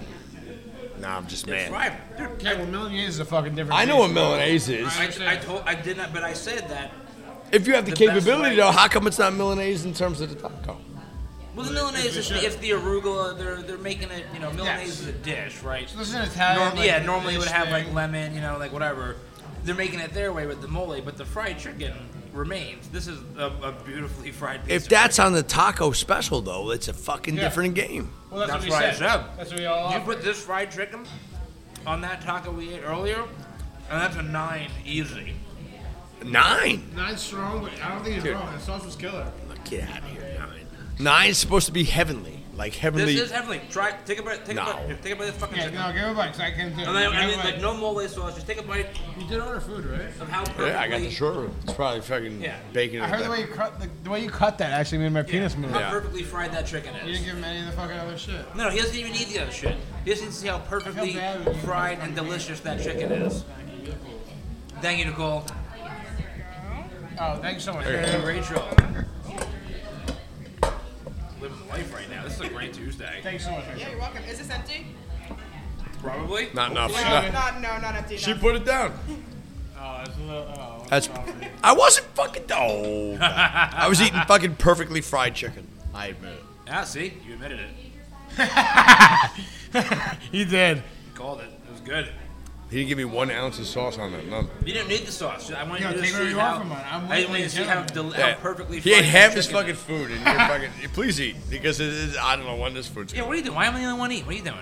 [SPEAKER 3] nah, I'm just
[SPEAKER 2] It's
[SPEAKER 3] mad.
[SPEAKER 2] fried, dude.
[SPEAKER 1] Yeah, well, Milanese is a fucking different.
[SPEAKER 3] I know what Milanese is.
[SPEAKER 2] I, I told I did not, but I said that.
[SPEAKER 3] If you have the,
[SPEAKER 2] The best way.
[SPEAKER 3] capability, though, how come it's not Milanese in terms of the taco?
[SPEAKER 2] Well, the Milanese is the, it's the arugula. They're they're making it. You know, Milanese
[SPEAKER 1] Yes.
[SPEAKER 2] is a dish, right?
[SPEAKER 1] This is an Italian.
[SPEAKER 2] Norm-
[SPEAKER 1] like,
[SPEAKER 2] yeah, normally it would
[SPEAKER 1] dish
[SPEAKER 2] have
[SPEAKER 1] thing.
[SPEAKER 2] like lemon, you know, like whatever. They're making it their way with the mole, but the fried chicken remains. This is a, a beautifully fried piece.
[SPEAKER 3] If
[SPEAKER 2] of
[SPEAKER 3] that's on the taco special, though, it's a fucking
[SPEAKER 1] Yeah.
[SPEAKER 3] different game.
[SPEAKER 1] Well, that's,
[SPEAKER 2] That's
[SPEAKER 1] what we
[SPEAKER 2] what I
[SPEAKER 1] said.
[SPEAKER 2] said.
[SPEAKER 1] That's what we all.
[SPEAKER 2] chicken. you
[SPEAKER 1] offer.
[SPEAKER 2] put this fried chicken on that taco we ate earlier, and that's a nine easy.
[SPEAKER 3] Nine.
[SPEAKER 1] Nine strong, but I don't think it's
[SPEAKER 3] Dude.
[SPEAKER 1] wrong. The sauce was killer.
[SPEAKER 3] Look, Get out of here, nine. Nine's supposed to be heavenly, like
[SPEAKER 2] This
[SPEAKER 3] heavenly.
[SPEAKER 2] is heavenly. Try take a bite. Take a
[SPEAKER 3] No.
[SPEAKER 2] bite. Take a bite of this fucking
[SPEAKER 1] Yeah,
[SPEAKER 2] chicken.
[SPEAKER 1] no, give it a bite. 'cause I can do. it.
[SPEAKER 2] And then,
[SPEAKER 1] Give
[SPEAKER 2] and
[SPEAKER 1] it a
[SPEAKER 2] then like
[SPEAKER 1] bite.
[SPEAKER 2] no mole sauce. Just take a bite
[SPEAKER 1] you did order food, right?
[SPEAKER 2] of how perfectly.
[SPEAKER 3] yeah, I got the short room. It's probably fucking
[SPEAKER 2] Yeah.
[SPEAKER 3] bacon.
[SPEAKER 1] I
[SPEAKER 3] and
[SPEAKER 1] heard the
[SPEAKER 3] that.
[SPEAKER 1] way you cut the, the way you cut that actually made my penis move.
[SPEAKER 2] How
[SPEAKER 3] Yeah.
[SPEAKER 2] perfectly fried that chicken
[SPEAKER 1] You
[SPEAKER 2] is.
[SPEAKER 1] didn't give him any of the fucking other shit.
[SPEAKER 2] No, no, he doesn't even need the other shit. He just needs to see how perfectly
[SPEAKER 1] bad when you-
[SPEAKER 2] fried and delicious that chicken is. Thank you, Nicole.
[SPEAKER 1] Oh, thank you so much.
[SPEAKER 2] Thank you, Rachel. Living life right now. This is a great Tuesday.
[SPEAKER 1] Thanks so much. Rachel.
[SPEAKER 4] Yeah, you're welcome. Is this empty?
[SPEAKER 2] Probably.
[SPEAKER 3] Not enough.
[SPEAKER 4] No,
[SPEAKER 3] Not-
[SPEAKER 4] not, no, not empty.
[SPEAKER 3] She
[SPEAKER 4] no.
[SPEAKER 3] put it down.
[SPEAKER 1] Oh, that's a little. Oh,
[SPEAKER 3] That's. I wasn't fucking. Oh. God. I was eating fucking perfectly fried chicken. I admit it.
[SPEAKER 2] Ah, see, you admitted it.
[SPEAKER 1] he did.
[SPEAKER 2] You called it. It was good.
[SPEAKER 3] He didn't give me one ounce of sauce on that. None.
[SPEAKER 2] You didn't need the sauce. I wanted
[SPEAKER 1] Yo,
[SPEAKER 2] you to
[SPEAKER 1] take
[SPEAKER 2] see
[SPEAKER 1] whatever you want
[SPEAKER 2] how.
[SPEAKER 1] from mine. I'm
[SPEAKER 2] I just wanted you to see
[SPEAKER 1] willing to
[SPEAKER 2] how,
[SPEAKER 1] do it.
[SPEAKER 2] del- how
[SPEAKER 3] Yeah.
[SPEAKER 2] perfectly
[SPEAKER 3] He
[SPEAKER 2] fried
[SPEAKER 3] ate half
[SPEAKER 2] that
[SPEAKER 3] his
[SPEAKER 2] chicken
[SPEAKER 3] fucking
[SPEAKER 2] is.
[SPEAKER 3] food, and you're fucking. Please eat because it is. I don't know when this food's.
[SPEAKER 2] Yeah, what are you doing? Why am I the only one eating? What are you doing?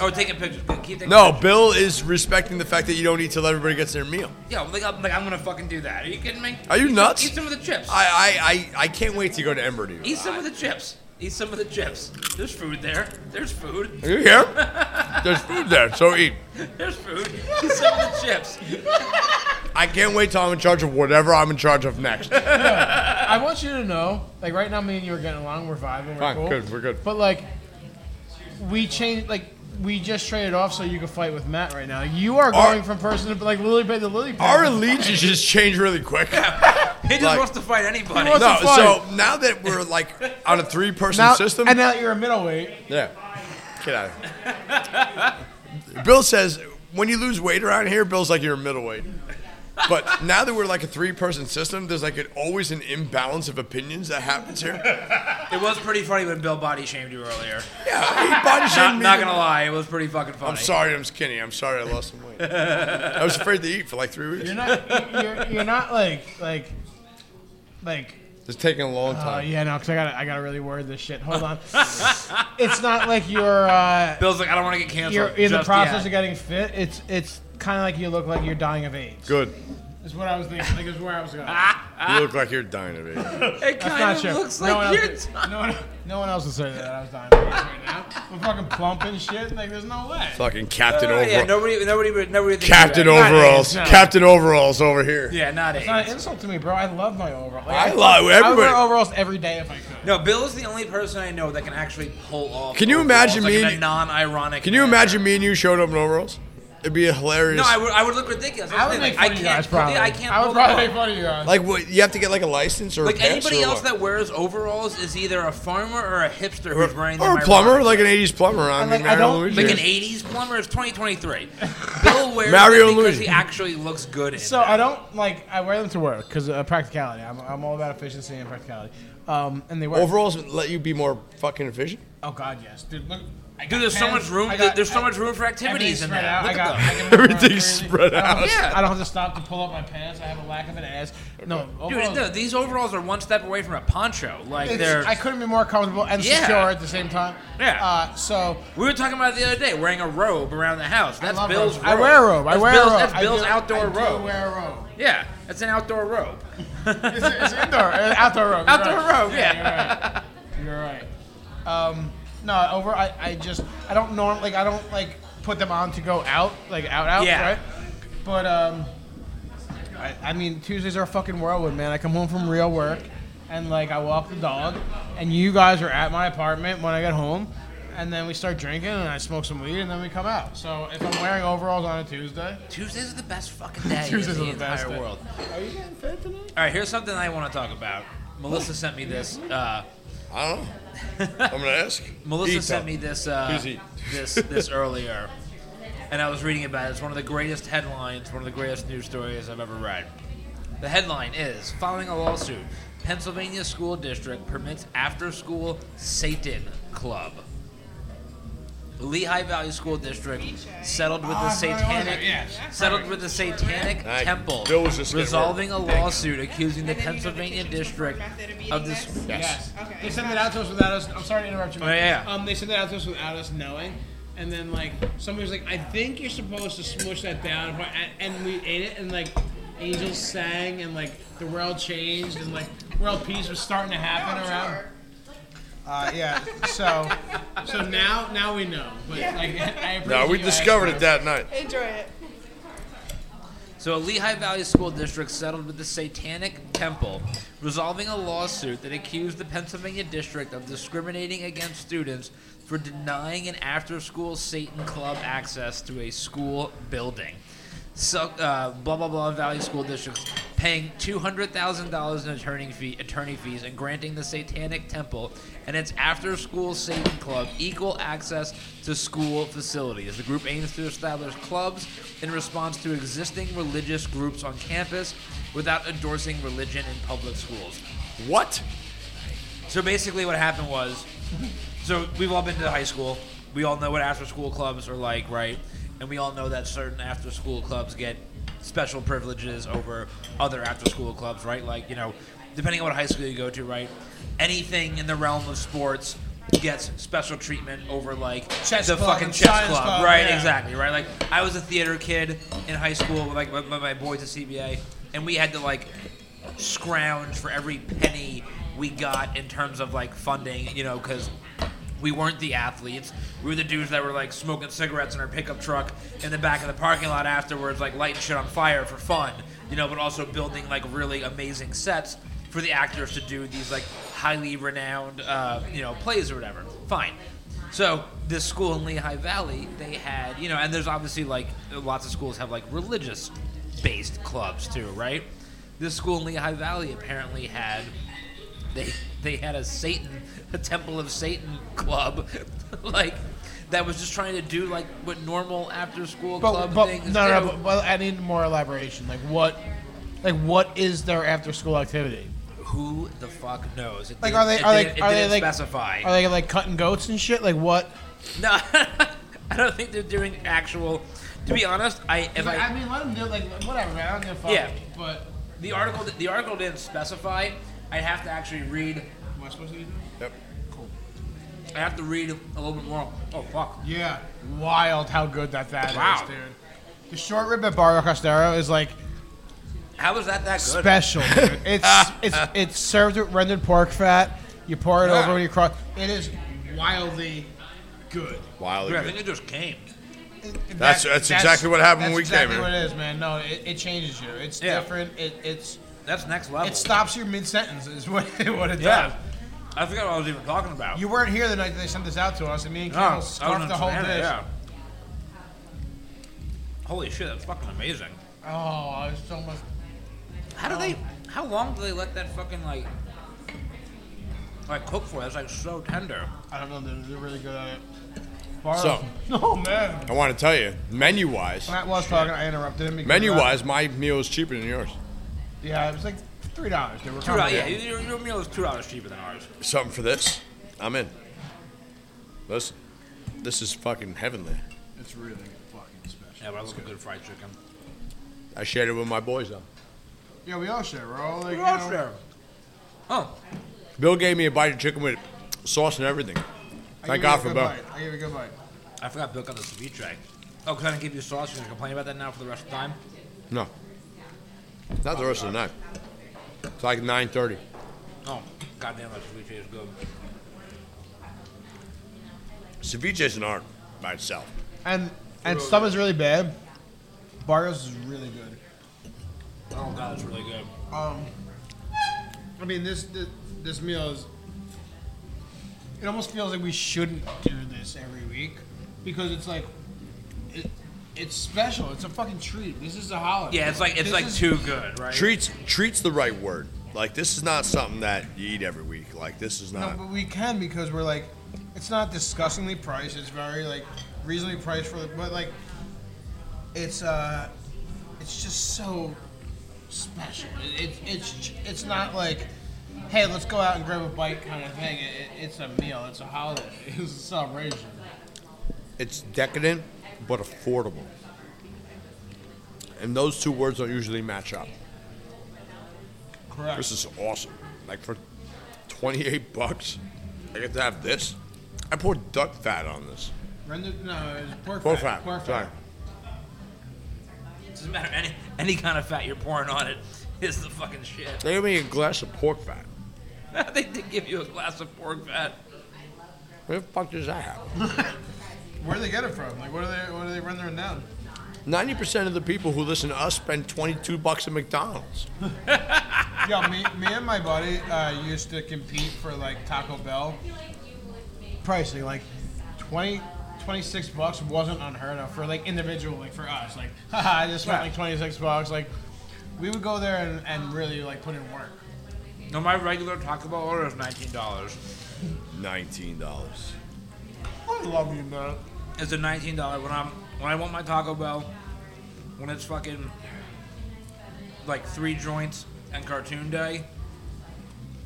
[SPEAKER 2] Oh, taking pictures. Good, Keep taking
[SPEAKER 3] No,
[SPEAKER 2] pictures.
[SPEAKER 3] Bill is respecting the fact that you don't eat till everybody gets their meal.
[SPEAKER 2] Yeah, like, I'm, like I'm gonna fucking do that. Are you kidding me?
[SPEAKER 3] Are you
[SPEAKER 2] Eat some-
[SPEAKER 3] nuts?
[SPEAKER 2] eat some of the chips.
[SPEAKER 3] I I, I, I can't wait to go to Emberdew.
[SPEAKER 2] Eat some of the chips. Eat some of the chips. There's food there. There's food.
[SPEAKER 3] Are you here? There's food there, so eat.
[SPEAKER 2] There's food. Eat some of the chips.
[SPEAKER 3] I can't wait till I'm in charge of whatever I'm in charge of next.
[SPEAKER 1] I want you to know, like right now, me and you are getting along. We're vibing. We're
[SPEAKER 3] Fine,
[SPEAKER 1] cool.
[SPEAKER 3] good, we're good.
[SPEAKER 1] But like, we changed. Like, we just traded off so you could fight with Matt right now. You are
[SPEAKER 3] Our-
[SPEAKER 1] going from person to like lily pad to lily pad.
[SPEAKER 3] Our allegiances just change really quick.
[SPEAKER 2] He just
[SPEAKER 3] Like-
[SPEAKER 2] wants to fight anybody.
[SPEAKER 1] He wants
[SPEAKER 3] No,
[SPEAKER 1] That's fine.
[SPEAKER 3] so now that we're like on a three-person
[SPEAKER 1] now,
[SPEAKER 3] system,
[SPEAKER 1] and now that you're a middleweight.
[SPEAKER 3] yeah, get out. Of here. Bill says when you lose weight around here, Bill's like you're a middleweight. But now that we're like a three-person system, there's like an, always an imbalance of opinions that happens here.
[SPEAKER 2] It was pretty funny when Bill body shamed you earlier.
[SPEAKER 3] Yeah, he body shamed
[SPEAKER 2] Not,
[SPEAKER 3] me.
[SPEAKER 2] not gonna lie, it was pretty fucking funny.
[SPEAKER 3] I'm sorry, I'm skinny. I'm sorry, I lost some weight. I was afraid to eat for like three weeks.
[SPEAKER 1] You're not. You're, you're not like like like.
[SPEAKER 3] It's taking a long
[SPEAKER 1] Oh
[SPEAKER 3] time.
[SPEAKER 1] yeah, no, because I gotta I gotta really word this shit. Hold on. it's not like you're. uh
[SPEAKER 2] Bill's like, I don't want to get canceled.
[SPEAKER 1] you're in the
[SPEAKER 2] just
[SPEAKER 1] process
[SPEAKER 2] yet.
[SPEAKER 1] of getting fit. It's it's kind of like you look like you're dying of AIDS.
[SPEAKER 3] Good.
[SPEAKER 1] Is what I was thinking. Like is where I was going.
[SPEAKER 3] You look like you're dying of it.
[SPEAKER 2] It
[SPEAKER 1] That's
[SPEAKER 2] kind
[SPEAKER 1] not
[SPEAKER 2] of
[SPEAKER 1] true.
[SPEAKER 2] Ah. looks
[SPEAKER 1] no
[SPEAKER 2] like
[SPEAKER 1] one
[SPEAKER 2] you're.
[SPEAKER 1] else, no, one, no one else would say that I was dying of AIDS right now. I'm fucking plump and shit. Like there's no way.
[SPEAKER 3] Fucking Captain
[SPEAKER 2] Oh,
[SPEAKER 3] Overall.
[SPEAKER 2] yeah, nobody, nobody, would- nobody. would think
[SPEAKER 3] Captain
[SPEAKER 2] you're right. Not AIDS,
[SPEAKER 3] Overalls.
[SPEAKER 2] no.
[SPEAKER 3] Captain Overalls over here.
[SPEAKER 2] Yeah, not
[SPEAKER 1] It's not
[SPEAKER 2] AIDS.
[SPEAKER 1] an insult to me, bro. I love my overalls. Like,
[SPEAKER 3] I love
[SPEAKER 1] I
[SPEAKER 3] everybody.
[SPEAKER 1] wear overalls every day if I could.
[SPEAKER 2] No, Bill is the only person I know that can actually pull off.
[SPEAKER 3] Can you
[SPEAKER 2] overalls,
[SPEAKER 3] imagine
[SPEAKER 2] like, in
[SPEAKER 3] me-
[SPEAKER 2] a non-ironic?
[SPEAKER 3] Can you
[SPEAKER 2] manner.
[SPEAKER 3] imagine me and you showed up in overalls? It'd be hilarious.
[SPEAKER 2] No, I would, I would look ridiculous. That's
[SPEAKER 1] I
[SPEAKER 2] the
[SPEAKER 1] would
[SPEAKER 2] thing,
[SPEAKER 1] make
[SPEAKER 2] like,
[SPEAKER 1] fun of you
[SPEAKER 2] can't-
[SPEAKER 1] guys probably.
[SPEAKER 2] I can't.
[SPEAKER 1] I would
[SPEAKER 2] pull
[SPEAKER 1] probably make
[SPEAKER 2] it off.
[SPEAKER 1] fun of you guys.
[SPEAKER 3] like what? You have to get like a license or a
[SPEAKER 2] Like
[SPEAKER 3] pass
[SPEAKER 2] anybody
[SPEAKER 3] or
[SPEAKER 2] else
[SPEAKER 3] what?
[SPEAKER 2] that wears overalls is either a farmer or a hipster
[SPEAKER 3] or,
[SPEAKER 2] who's wearing them.
[SPEAKER 3] or a
[SPEAKER 2] ironically.
[SPEAKER 3] plumber, like an '80s plumber. I
[SPEAKER 1] And,
[SPEAKER 3] mean,
[SPEAKER 1] like, I
[SPEAKER 3] Mario
[SPEAKER 1] don't-
[SPEAKER 3] Luigi.
[SPEAKER 2] Like an '80s plumber is 2023. Bill wears
[SPEAKER 3] Mario
[SPEAKER 2] them because
[SPEAKER 3] Luigi.
[SPEAKER 2] he actually looks good in.
[SPEAKER 1] So uh,
[SPEAKER 2] them.
[SPEAKER 1] I don't like I wear them to work because uh, practicality. I'm, I'm all about efficiency and practicality. Um, and they work.
[SPEAKER 3] Overalls would let you be more fucking efficient.
[SPEAKER 1] Oh God, yes, dude. Look,
[SPEAKER 2] Dude, there's so much room. there's so much room for activities in there.
[SPEAKER 1] Out.
[SPEAKER 2] Look
[SPEAKER 1] I
[SPEAKER 2] at
[SPEAKER 1] got,
[SPEAKER 2] them.
[SPEAKER 1] I can move around
[SPEAKER 3] Everything's
[SPEAKER 1] freely.
[SPEAKER 3] spread
[SPEAKER 1] I don't-
[SPEAKER 3] out.
[SPEAKER 2] Yeah.
[SPEAKER 1] I don't have to stop to pull up my pants. I have a lack of an ass. No,
[SPEAKER 2] Dude,
[SPEAKER 1] overall,
[SPEAKER 2] no, these overalls are one step away from a poncho. Like
[SPEAKER 1] it's-
[SPEAKER 2] they're.
[SPEAKER 1] I couldn't be more comfortable and
[SPEAKER 2] Yeah.
[SPEAKER 1] secure at the same time.
[SPEAKER 2] Yeah.
[SPEAKER 1] Uh, so
[SPEAKER 2] we were talking about it the other day, wearing a robe around the house. That's
[SPEAKER 1] love
[SPEAKER 2] Bill's
[SPEAKER 1] robes.
[SPEAKER 2] robe.
[SPEAKER 1] I wear a robe. I
[SPEAKER 2] That's
[SPEAKER 1] wear a
[SPEAKER 2] Bill's,
[SPEAKER 1] robe.
[SPEAKER 2] That's
[SPEAKER 1] I
[SPEAKER 2] Bill's
[SPEAKER 1] do-
[SPEAKER 2] outdoor
[SPEAKER 1] I do
[SPEAKER 2] robe.
[SPEAKER 1] wear a robe.
[SPEAKER 2] Yeah, that's an outdoor robe.
[SPEAKER 1] It's, it's indoor. uh, Outdoor robe. you're
[SPEAKER 2] Outdoor
[SPEAKER 1] right.
[SPEAKER 2] robe,
[SPEAKER 1] Yeah, you're right. You're right. Um, no, over. I, I just I don't norm like I don't like put them on to go out like out out
[SPEAKER 2] Yeah.
[SPEAKER 1] right. But um, I, I mean Tuesdays are a fucking whirlwind, man. I come home from real work, and like I walk the dog, and you guys are at my apartment when I get home, and then we start drinking, and I smoke some weed, and then we come out. So if I'm wearing overalls on a Tuesday,
[SPEAKER 2] Tuesdays are the best fucking day
[SPEAKER 1] Tuesdays
[SPEAKER 2] in the,
[SPEAKER 1] are the best
[SPEAKER 2] entire
[SPEAKER 1] day.
[SPEAKER 2] world.
[SPEAKER 1] are you getting fed tonight?
[SPEAKER 2] All right, here's something I want to talk about. Melissa sent me this. Uh,
[SPEAKER 3] I don't know. I'm gonna ask.
[SPEAKER 2] Melissa
[SPEAKER 3] Eat
[SPEAKER 2] sent
[SPEAKER 3] them.
[SPEAKER 2] me this uh,
[SPEAKER 3] Who's he?
[SPEAKER 2] this this earlier, and I was reading about it. It's one of the greatest headlines, one of the greatest news stories I've ever read. The headline is: Following a lawsuit, Pennsylvania school district permits after-school Satan club. The Lehigh Valley School District settled with the satanic
[SPEAKER 1] yes.
[SPEAKER 2] settled with the satanic
[SPEAKER 3] Nice.
[SPEAKER 2] temple,
[SPEAKER 3] Bill was just getting
[SPEAKER 2] resolving a
[SPEAKER 3] worried.
[SPEAKER 2] lawsuit accusing the
[SPEAKER 4] And then you know the
[SPEAKER 2] Pennsylvania
[SPEAKER 4] kitchen
[SPEAKER 2] district
[SPEAKER 4] method of eating
[SPEAKER 2] of this.
[SPEAKER 4] this?
[SPEAKER 1] Yes.
[SPEAKER 4] Okay.
[SPEAKER 1] They sent it out to us without us. I'm sorry to interrupt you.
[SPEAKER 2] Oh,
[SPEAKER 1] Mike.
[SPEAKER 2] yeah, yeah.
[SPEAKER 1] Um, they sent it out to us without us knowing, and then like somebody was like, "I think you're supposed to smush that down," and and we ate it, and like angels sang, and like the world changed, and like world peace was starting to happen around. Uh, yeah. So, so now now we know. But like, I appreciate
[SPEAKER 3] No, we
[SPEAKER 1] you
[SPEAKER 3] discovered
[SPEAKER 1] asking.
[SPEAKER 3] it that night.
[SPEAKER 4] Enjoy it.
[SPEAKER 2] So, a Lehigh Valley school district settled with the Satanic Temple, resolving a lawsuit that accused the Pennsylvania district of discriminating against students for denying an after school Satan club access to a school building. So, uh, blah, blah, blah, Valley School Districts paying $200,000 in attorney, fee, attorney fees and granting the Satanic Temple and its after school Satan Club equal access to school facilities. The group aims to establish clubs in response to existing religious groups on campus without endorsing religion in public schools.
[SPEAKER 3] What?
[SPEAKER 2] So basically, what happened was, so we've all been to high school. We all know what after-school clubs are like, right? And we all know that certain after-school clubs get special privileges over other after-school clubs, right? Like you know, depending on what high school you go to, right? Anything in the realm of sports gets special treatment over like
[SPEAKER 1] Chess
[SPEAKER 2] the
[SPEAKER 1] club
[SPEAKER 2] fucking
[SPEAKER 1] and
[SPEAKER 2] chess
[SPEAKER 1] science
[SPEAKER 2] club,
[SPEAKER 1] club,
[SPEAKER 2] right?
[SPEAKER 1] yeah.
[SPEAKER 2] Exactly, right? Like I was a theater kid in high school with like my, my, my boys at CBA, and we had to like scrounge for every penny we got in terms of like funding, you know, because we weren't the athletes. We were the dudes that were like smoking cigarettes in our pickup truck in the back of the parking lot afterwards, like lighting shit on fire for fun, you know, but also building like really amazing sets for the actors to do these like highly renowned, uh, you know, plays or whatever. Fine. So this school in Lehigh Valley, they had, you know, and there's obviously like lots of schools have like religious based clubs too, right? This school in Lehigh Valley apparently had they they had a Satan, a Temple of Satan club, like that was just trying to do like what normal after school
[SPEAKER 1] But,
[SPEAKER 2] club
[SPEAKER 1] but
[SPEAKER 2] things
[SPEAKER 1] no, no,
[SPEAKER 2] do.
[SPEAKER 1] but, but I need more elaboration. Like what, like what is their after-school activity?
[SPEAKER 2] Who the fuck knows? It
[SPEAKER 1] Like
[SPEAKER 2] didn't-
[SPEAKER 1] are they
[SPEAKER 2] it
[SPEAKER 1] are
[SPEAKER 2] didn't-
[SPEAKER 1] they
[SPEAKER 2] it
[SPEAKER 1] are they
[SPEAKER 2] didn't
[SPEAKER 1] like
[SPEAKER 2] specify?
[SPEAKER 1] Are they like cutting goats and shit? Like what?
[SPEAKER 2] no, I don't think they're doing actual. To be honest, I if I
[SPEAKER 1] mean, let them do like whatever, man. I don't give a fuck.
[SPEAKER 2] Yeah.
[SPEAKER 1] But
[SPEAKER 2] The article the article didn't specify. I'd have to actually read.
[SPEAKER 1] am I supposed to do that?
[SPEAKER 3] Yep.
[SPEAKER 2] I have to read a little bit more. Oh fuck!
[SPEAKER 1] Yeah. Wild how good that that is,
[SPEAKER 2] Wow.
[SPEAKER 1] dude. The short rib at Barrio Costero is like
[SPEAKER 2] How was that that good?
[SPEAKER 1] special. dude. It's it's it's served with rendered pork fat. You pour it
[SPEAKER 2] Yeah.
[SPEAKER 1] over when you cross. It is wildly good.
[SPEAKER 3] Wildly
[SPEAKER 2] Dude, I
[SPEAKER 3] good.
[SPEAKER 2] think it just came.
[SPEAKER 3] That's- that's exactly what happened when
[SPEAKER 1] that's
[SPEAKER 3] we came
[SPEAKER 1] exactly
[SPEAKER 3] here.
[SPEAKER 1] what it is, man. No, it, it changes you. It's
[SPEAKER 2] Yeah.
[SPEAKER 1] different. It, it's
[SPEAKER 2] That's next level.
[SPEAKER 1] it stops you mid sentence. Is what what it does.
[SPEAKER 2] yeah. I forgot what I was even talking about.
[SPEAKER 1] You weren't here the night that they sent this out to us, and me and
[SPEAKER 2] Oh, I
[SPEAKER 1] Kendall
[SPEAKER 2] was
[SPEAKER 1] scarfed
[SPEAKER 2] in
[SPEAKER 1] the whole
[SPEAKER 2] Savannah,
[SPEAKER 1] dish.
[SPEAKER 2] yeah. Holy shit! That's fucking amazing.
[SPEAKER 1] Oh, I was so much.
[SPEAKER 2] How do they? How long do they let that fucking like like cook for? That's like so tender.
[SPEAKER 1] I don't know. They're, they're really good at it. Bar-
[SPEAKER 3] So-
[SPEAKER 1] oh man,
[SPEAKER 3] I want to tell you, menu wise,
[SPEAKER 1] Matt was talking. I interrupted him. because
[SPEAKER 3] menu
[SPEAKER 1] of that.
[SPEAKER 3] wise, my meal is cheaper than yours.
[SPEAKER 1] yeah, it was like three dollars. They were
[SPEAKER 2] Two dollars.
[SPEAKER 1] coming
[SPEAKER 2] Yeah,
[SPEAKER 1] in.
[SPEAKER 2] your, your meal is two dollars cheaper than ours.
[SPEAKER 3] Something for this, I'm in. Listen, This is fucking heavenly.
[SPEAKER 1] It's really fucking special.
[SPEAKER 2] Yeah, but I love a good fried chicken.
[SPEAKER 3] I shared it with my boys though.
[SPEAKER 1] Yeah, we all share. We're all like, you know,
[SPEAKER 2] Oh,
[SPEAKER 3] Bill gave me a bite of chicken with sauce and everything.
[SPEAKER 1] I
[SPEAKER 3] Thank
[SPEAKER 1] give you a
[SPEAKER 3] God for
[SPEAKER 1] good
[SPEAKER 3] Bill.
[SPEAKER 1] bite. I give you a good bite.
[SPEAKER 2] I forgot Bill got the ceviche. Oh, because I didn't give you sauce. You're going to complain about that now for the rest of the time?
[SPEAKER 3] No, not the rest of the night. It's like nine thirty.
[SPEAKER 2] Oh, goddamn, that ceviche is good.
[SPEAKER 3] Ceviche is an art by itself.
[SPEAKER 6] And and some is really bad. Barrios is really good.
[SPEAKER 2] Oh, God, that's really good.
[SPEAKER 1] Um, I mean, this, this this meal is. It almost feels like we shouldn't do this every week because it's like, it, it's special. It's a fucking treat. This is a holiday.
[SPEAKER 2] Yeah, it's like it's
[SPEAKER 1] This
[SPEAKER 2] like
[SPEAKER 1] is-
[SPEAKER 2] too good, right?
[SPEAKER 3] Treats treats the right word. Like this is not something that you eat every week. Like this is
[SPEAKER 1] No,
[SPEAKER 3] not.
[SPEAKER 1] but we can because we're like, it's not disgustingly priced. It's very like reasonably priced for, but like, it's uh, it's just so special. It, it, it's it's not like, hey, let's go out and grab a bite kind of thing. It, it, it's a meal. It's a holiday. It's a celebration.
[SPEAKER 3] It's decadent but affordable. And those two words don't usually match up.
[SPEAKER 1] Correct.
[SPEAKER 3] This is awesome. Like for 28 bucks, I get to have this. I poured duck fat on this.
[SPEAKER 1] Render, no, it's pork,
[SPEAKER 3] Pork
[SPEAKER 1] fat.
[SPEAKER 3] fat.
[SPEAKER 1] Pork
[SPEAKER 3] Sorry.
[SPEAKER 1] fat.
[SPEAKER 2] It doesn't matter any any kind of fat you're pouring on it is the fucking shit.
[SPEAKER 3] They gave me a glass of pork fat.
[SPEAKER 2] they did give you a glass of pork fat.
[SPEAKER 3] Where the fuck does that happen?
[SPEAKER 1] Where do they get it from? Like, what are they? What are they rendering down?
[SPEAKER 3] 90% of the people who listen to us spend 22 bucks at McDonald's.
[SPEAKER 1] Yo, me, me and my buddy uh, used to compete for like Taco Bell pricing. Like 20, 26 bucks wasn't unheard of for like individual, like for us. Like, haha, I just spent like 26 bucks. Like, we would go there and, and really like put in work.
[SPEAKER 2] No, my regular Taco Bell order is nineteen dollars.
[SPEAKER 3] $19.
[SPEAKER 1] I love you, man.
[SPEAKER 2] It's a nineteen dollar when I'm when I want my Taco Bell, when it's fucking like three joints and cartoon day,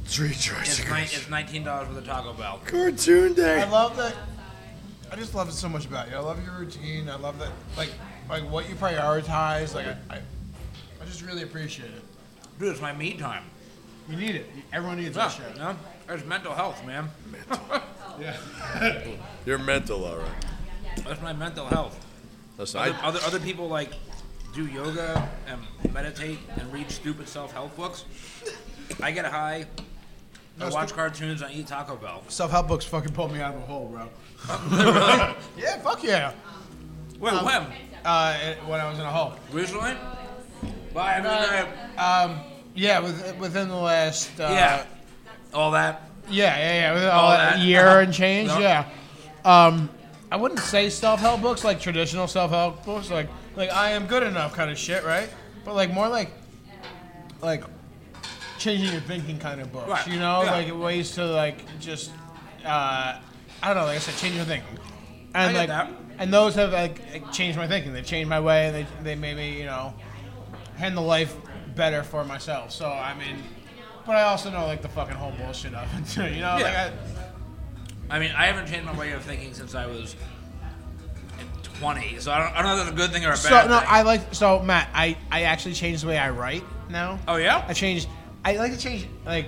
[SPEAKER 3] Three
[SPEAKER 2] it's,
[SPEAKER 3] choices.
[SPEAKER 2] ni- it's nineteen dollars for the Taco Bell.
[SPEAKER 3] Cartoon
[SPEAKER 1] I
[SPEAKER 3] day.
[SPEAKER 1] love that. I just love it so much about you. I love your routine. I love that, like, like what you prioritize. Like, I, I, I just really appreciate it.
[SPEAKER 2] Dude, it's my me time.
[SPEAKER 1] You need it. Everyone needs
[SPEAKER 2] Yeah,
[SPEAKER 1] that shit.
[SPEAKER 2] yeah. It's mental health, man.
[SPEAKER 3] You're mental, all right.
[SPEAKER 2] That's my mental health.
[SPEAKER 3] Listen,
[SPEAKER 2] Other,
[SPEAKER 3] I,
[SPEAKER 2] other other people like do yoga and meditate and read stupid self help books. I get high. I
[SPEAKER 1] That's
[SPEAKER 2] watch
[SPEAKER 1] the-
[SPEAKER 2] cartoons. I eat Taco Bell.
[SPEAKER 1] Self help books fucking pulled me out of a hole, bro. yeah, fuck yeah.
[SPEAKER 2] When? when?
[SPEAKER 1] Uh, it- when I was in a hole.
[SPEAKER 2] Um, Recently? Well, I mean, I-
[SPEAKER 1] Um, yeah, with, within the last. Uh,
[SPEAKER 2] yeah. All that.
[SPEAKER 1] Yeah, yeah, yeah. Within all that
[SPEAKER 2] that. Uh-huh.
[SPEAKER 1] year and change,
[SPEAKER 2] Yep.
[SPEAKER 1] yeah. Um, I wouldn't say self help books like traditional self help books, like like I am good enough kind of shit, right? But like more like like changing your thinking kind of books,
[SPEAKER 2] Right,
[SPEAKER 1] you know,
[SPEAKER 2] yeah.
[SPEAKER 1] like ways to like just uh, I don't know, like I said, change your thinking. And
[SPEAKER 2] get
[SPEAKER 1] like
[SPEAKER 2] that.
[SPEAKER 1] and those have like changed my thinking. They've changed my way. They they made me you know handle life better for myself. So I mean, but I also know like the fucking whole bullshit of it too. You know,
[SPEAKER 2] Yeah.
[SPEAKER 1] like
[SPEAKER 2] I mean, I haven't changed my way of thinking since I was in 20, so I don't, I don't know if that's a good thing or a
[SPEAKER 1] I,
[SPEAKER 2] bad
[SPEAKER 1] so no,
[SPEAKER 2] thing.
[SPEAKER 1] I like so Matt. I I actually changed the way I write now.
[SPEAKER 2] oh, yeah?
[SPEAKER 1] I changed. I like to change like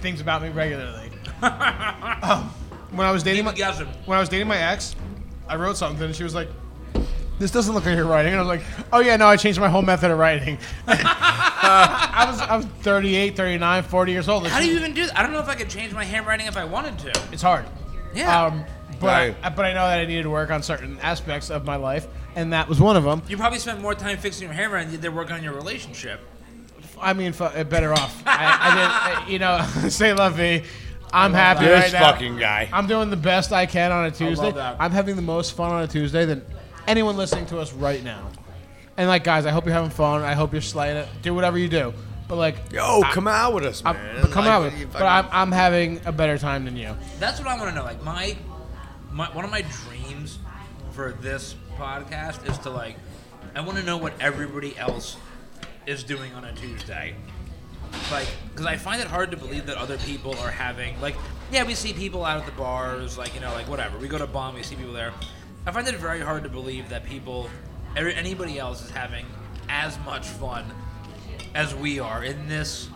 [SPEAKER 1] things about me regularly. um, when I was dating
[SPEAKER 2] Keep
[SPEAKER 1] my
[SPEAKER 2] guessing.
[SPEAKER 1] when I was dating my ex, I wrote something and she was like. This doesn't look like you're writing, and I was like, "Oh yeah, no, I changed my whole method of writing." I was I was 38, 39, 40 years old. and
[SPEAKER 2] How
[SPEAKER 1] she-
[SPEAKER 2] do you even do that? I don't know if I could change my handwriting if I wanted to.
[SPEAKER 1] It's hard.
[SPEAKER 2] Yeah.
[SPEAKER 1] Um, but
[SPEAKER 3] Right.
[SPEAKER 1] I, but I know that I needed to work on certain aspects of my life, and that was one of them.
[SPEAKER 2] You probably spend more time fixing your handwriting than you did working on your relationship.
[SPEAKER 1] I mean, fu- uh, better off. I, I did, I, you know, say love me. I'm happy
[SPEAKER 3] this
[SPEAKER 1] right now.
[SPEAKER 3] fucking guy.
[SPEAKER 1] I'm doing the best I can on a Tuesday.
[SPEAKER 2] that.
[SPEAKER 1] I'm having the most fun on a Tuesday than anyone listening to us right now. And like, guys, I hope you're having fun. I hope you're slaying it. Do whatever you do, but like,
[SPEAKER 3] Yo, come out with us,
[SPEAKER 1] I'm,
[SPEAKER 3] man.
[SPEAKER 1] but come
[SPEAKER 3] Like,
[SPEAKER 1] out
[SPEAKER 3] what
[SPEAKER 1] with.
[SPEAKER 3] do you
[SPEAKER 1] it. But
[SPEAKER 3] fucking-
[SPEAKER 1] I'm, I'm having a better time than you.
[SPEAKER 2] That's what I want to know. Like my, my one of my dreams for this podcast is to like, I want to know what everybody else is doing on a Tuesday. like because I find it hard to believe that other people are having like yeah we see people out at the bars like you know like whatever we go to bomb we see people there. I find it very hard to believe that people every, anybody else is having as much fun as we are in this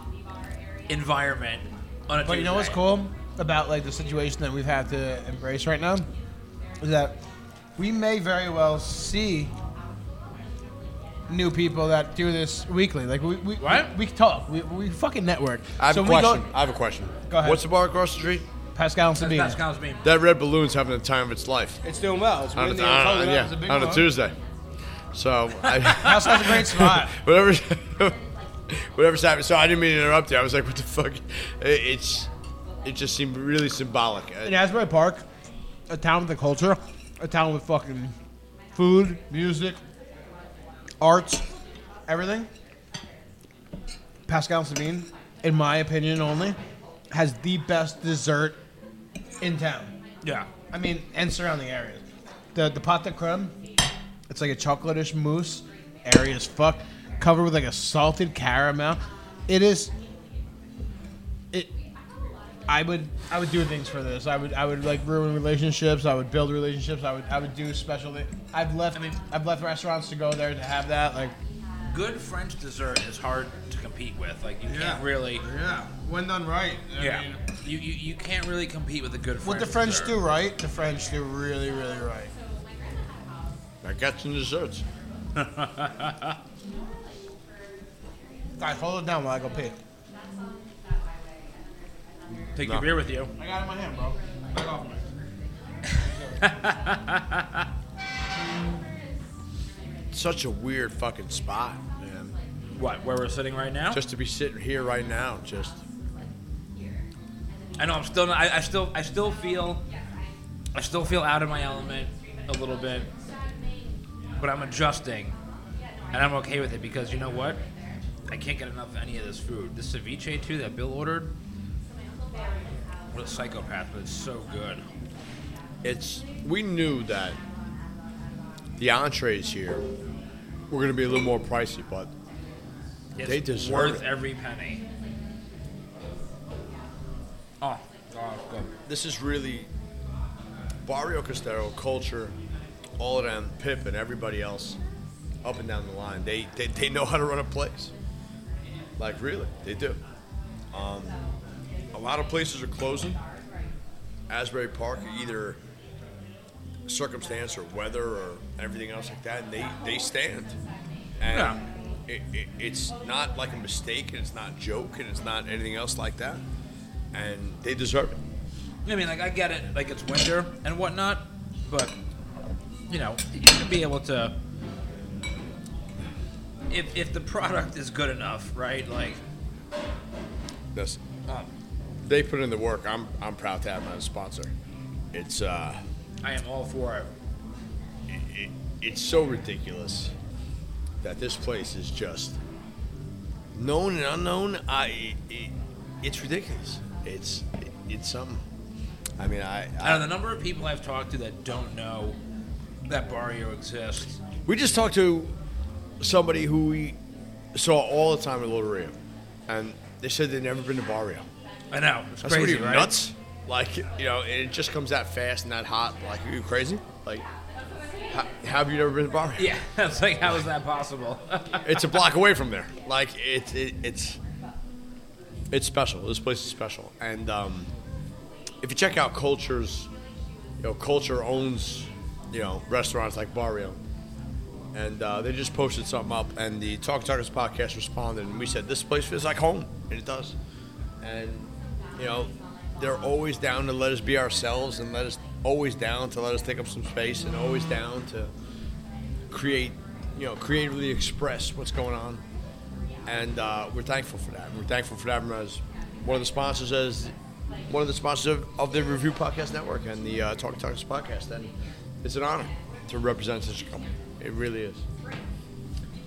[SPEAKER 2] environment. On a
[SPEAKER 1] But you know what's
[SPEAKER 2] Tuesday.
[SPEAKER 1] cool about like the situation that we've had to embrace right now is that we may very well see new people that do this weekly. Like we we
[SPEAKER 2] What?
[SPEAKER 1] we, we talk. We, we fucking network.
[SPEAKER 3] I have
[SPEAKER 1] so
[SPEAKER 3] a
[SPEAKER 1] when
[SPEAKER 3] question.
[SPEAKER 1] We
[SPEAKER 3] I have a question.
[SPEAKER 1] Go ahead.
[SPEAKER 3] What's the bar across the street?
[SPEAKER 1] go, Pascal and
[SPEAKER 2] That's,
[SPEAKER 1] Sabina.
[SPEAKER 2] that's Kyle's meme.
[SPEAKER 3] That red balloon's having the time of its life.
[SPEAKER 5] It's doing well. It's
[SPEAKER 3] On
[SPEAKER 5] windy.
[SPEAKER 3] a,
[SPEAKER 5] it's
[SPEAKER 3] on,
[SPEAKER 5] holding
[SPEAKER 3] a-
[SPEAKER 5] up.
[SPEAKER 3] yeah,
[SPEAKER 5] It's a big
[SPEAKER 3] on a
[SPEAKER 5] club.
[SPEAKER 3] Tuesday. So I,
[SPEAKER 1] Pascal's a great spot.
[SPEAKER 3] whatever, whatever's happening. So I didn't mean to interrupt you. I was like, what the fuck? It, it's, it just seemed really symbolic. Uh,
[SPEAKER 1] In Asbury Park, a town with a culture, a town with fucking food, music, arts, everything. Pascal Sabine, in my opinion only, has the best dessert in town.
[SPEAKER 2] Yeah.
[SPEAKER 1] I mean, and surrounding areas. The the pot de creme, it's like a chocolatish mousse, airy as fuck, covered with like a salted caramel. It is. It. I would I would do things for this. I would I would like ruin relationships. I would build relationships. I would I would do special. thi- I've left I
[SPEAKER 2] mean-
[SPEAKER 1] have left restaurants to go there to have that. Like
[SPEAKER 2] Good French dessert is hard to compete with. Like you
[SPEAKER 5] Yeah.
[SPEAKER 2] can't really.
[SPEAKER 5] Yeah, when done right. I
[SPEAKER 2] Yeah.
[SPEAKER 5] mean,
[SPEAKER 2] You, you you can't really compete with a good French.
[SPEAKER 5] what the French
[SPEAKER 2] dessert.
[SPEAKER 5] do right, the French do really, really right.
[SPEAKER 3] I got some desserts.
[SPEAKER 1] guys, hold it down while I go pee.
[SPEAKER 2] Take your beer with you.
[SPEAKER 5] I got it in my hand, bro. Back off me.
[SPEAKER 3] Such a weird fucking spot, man.
[SPEAKER 2] What? Where we're sitting right now?
[SPEAKER 3] Just to be sitting here right now, just
[SPEAKER 2] I know. I'm still. Not, I, I still. I still feel. I still feel out of my element a little bit, but I'm adjusting, and I'm okay with it because you know what? I can't get enough of any of this food. This ceviche too that Bill ordered. What a psychopath! But it's so good.
[SPEAKER 3] it's we knew that the entrees here were going to be a little more pricey, but
[SPEAKER 2] It's
[SPEAKER 3] They deserve
[SPEAKER 2] worth
[SPEAKER 3] it.
[SPEAKER 2] every penny. Oh, God, it's good.
[SPEAKER 3] this is really Barrio Costero culture. All of them, Pip and everybody else, up and down the line, they they, they know how to run a place. Like really, they do. Um, a lot of places are closing. Asbury Park, either circumstance or weather or everything else like that, and they they stand. And
[SPEAKER 2] Yeah.
[SPEAKER 3] it, it, it's not like a mistake, and it's not a joke, and it's not anything else like that. And they deserve it.
[SPEAKER 2] I mean, like I get it, like it's winter and whatnot, but you know, you should be able to. If if the product is good enough, right? Like, um,
[SPEAKER 3] Listen, they put in the work. I'm I'm proud to have them as a sponsor. It's uh,
[SPEAKER 2] I am all for it.
[SPEAKER 3] it, it, it's so ridiculous that this place is just known and unknown. I it, it's ridiculous. It's it's something. I mean, I,
[SPEAKER 2] Out of the
[SPEAKER 3] I
[SPEAKER 2] number of people I've talked to that don't know that Barrio exists,
[SPEAKER 3] we just talked to somebody who we saw all the time at Loteria, and they said they'd never been to Barrio.
[SPEAKER 2] I know it's
[SPEAKER 3] That's
[SPEAKER 2] crazy,
[SPEAKER 3] what are you,
[SPEAKER 2] right?
[SPEAKER 3] nuts? Like, you know, and it just comes that fast and that hot. Like, are you crazy? Like, how, have you never been to Bar?
[SPEAKER 2] Yeah, it's like how is that possible?
[SPEAKER 3] It's a block away from there. Like, it's it, it's it's special. This place is special. And um, if you check out cultures, you know, culture owns, you know, restaurants like Barrio. And uh, they just posted something up, and the Talk Talkers podcast responded, and we said, This place feels like home. And it does and you know they're always down to let us be ourselves and let us always down to let us take up some space and always down to create you know creatively express what's going on and uh, we're thankful for that we're thankful for that as one of the sponsors as one of the sponsors of, of the review podcast network and the uh, talk talks podcast and it's an honor to represent such a company it really is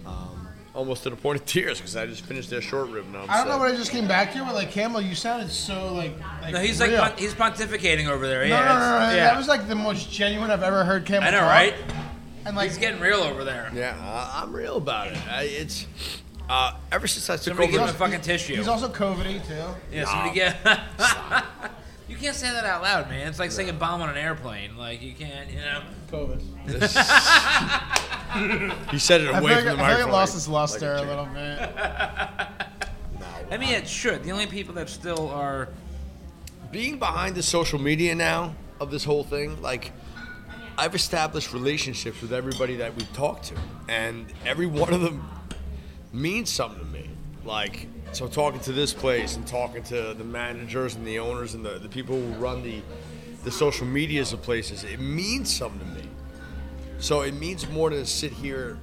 [SPEAKER 3] um, almost to the point of tears because i just finished their short rib now
[SPEAKER 1] I don't know what I just came back to, but like Camel, you sounded so like. like
[SPEAKER 2] no, he's like
[SPEAKER 1] real.
[SPEAKER 2] pon- he's pontificating over there.
[SPEAKER 1] no,
[SPEAKER 2] yeah,
[SPEAKER 1] no, no,
[SPEAKER 2] it's-
[SPEAKER 1] no, no,
[SPEAKER 2] yeah.
[SPEAKER 1] That was like the most genuine I've ever heard Camel.
[SPEAKER 2] I know,
[SPEAKER 1] talk.
[SPEAKER 2] right?
[SPEAKER 1] And like,
[SPEAKER 2] he's getting real over there.
[SPEAKER 3] Yeah, I, I'm real about it. I, it's Uh, ever since I took
[SPEAKER 2] Somebody give him a
[SPEAKER 3] over,
[SPEAKER 2] fucking tissue.
[SPEAKER 5] He's also COVIDy too.
[SPEAKER 2] Yeah, somebody get. you can't say that out loud, man. It's like saying bomb on an airplane. Like you can't, you know.
[SPEAKER 5] COVID.
[SPEAKER 3] he said it away from the
[SPEAKER 5] I feel, like, I feel like
[SPEAKER 3] microphone.
[SPEAKER 5] it lost its
[SPEAKER 3] like
[SPEAKER 5] luster a
[SPEAKER 3] chicken.
[SPEAKER 5] little bit.
[SPEAKER 2] I mean, it should. The only people that still are
[SPEAKER 3] being behind the social media now of this whole thing, like I've established relationships with everybody that we talk to, and every one of them means something to me. Like, so talking to this place and talking to the managers and the owners and the, the people who run the the social medias of places, it means something to me. So it means more to sit here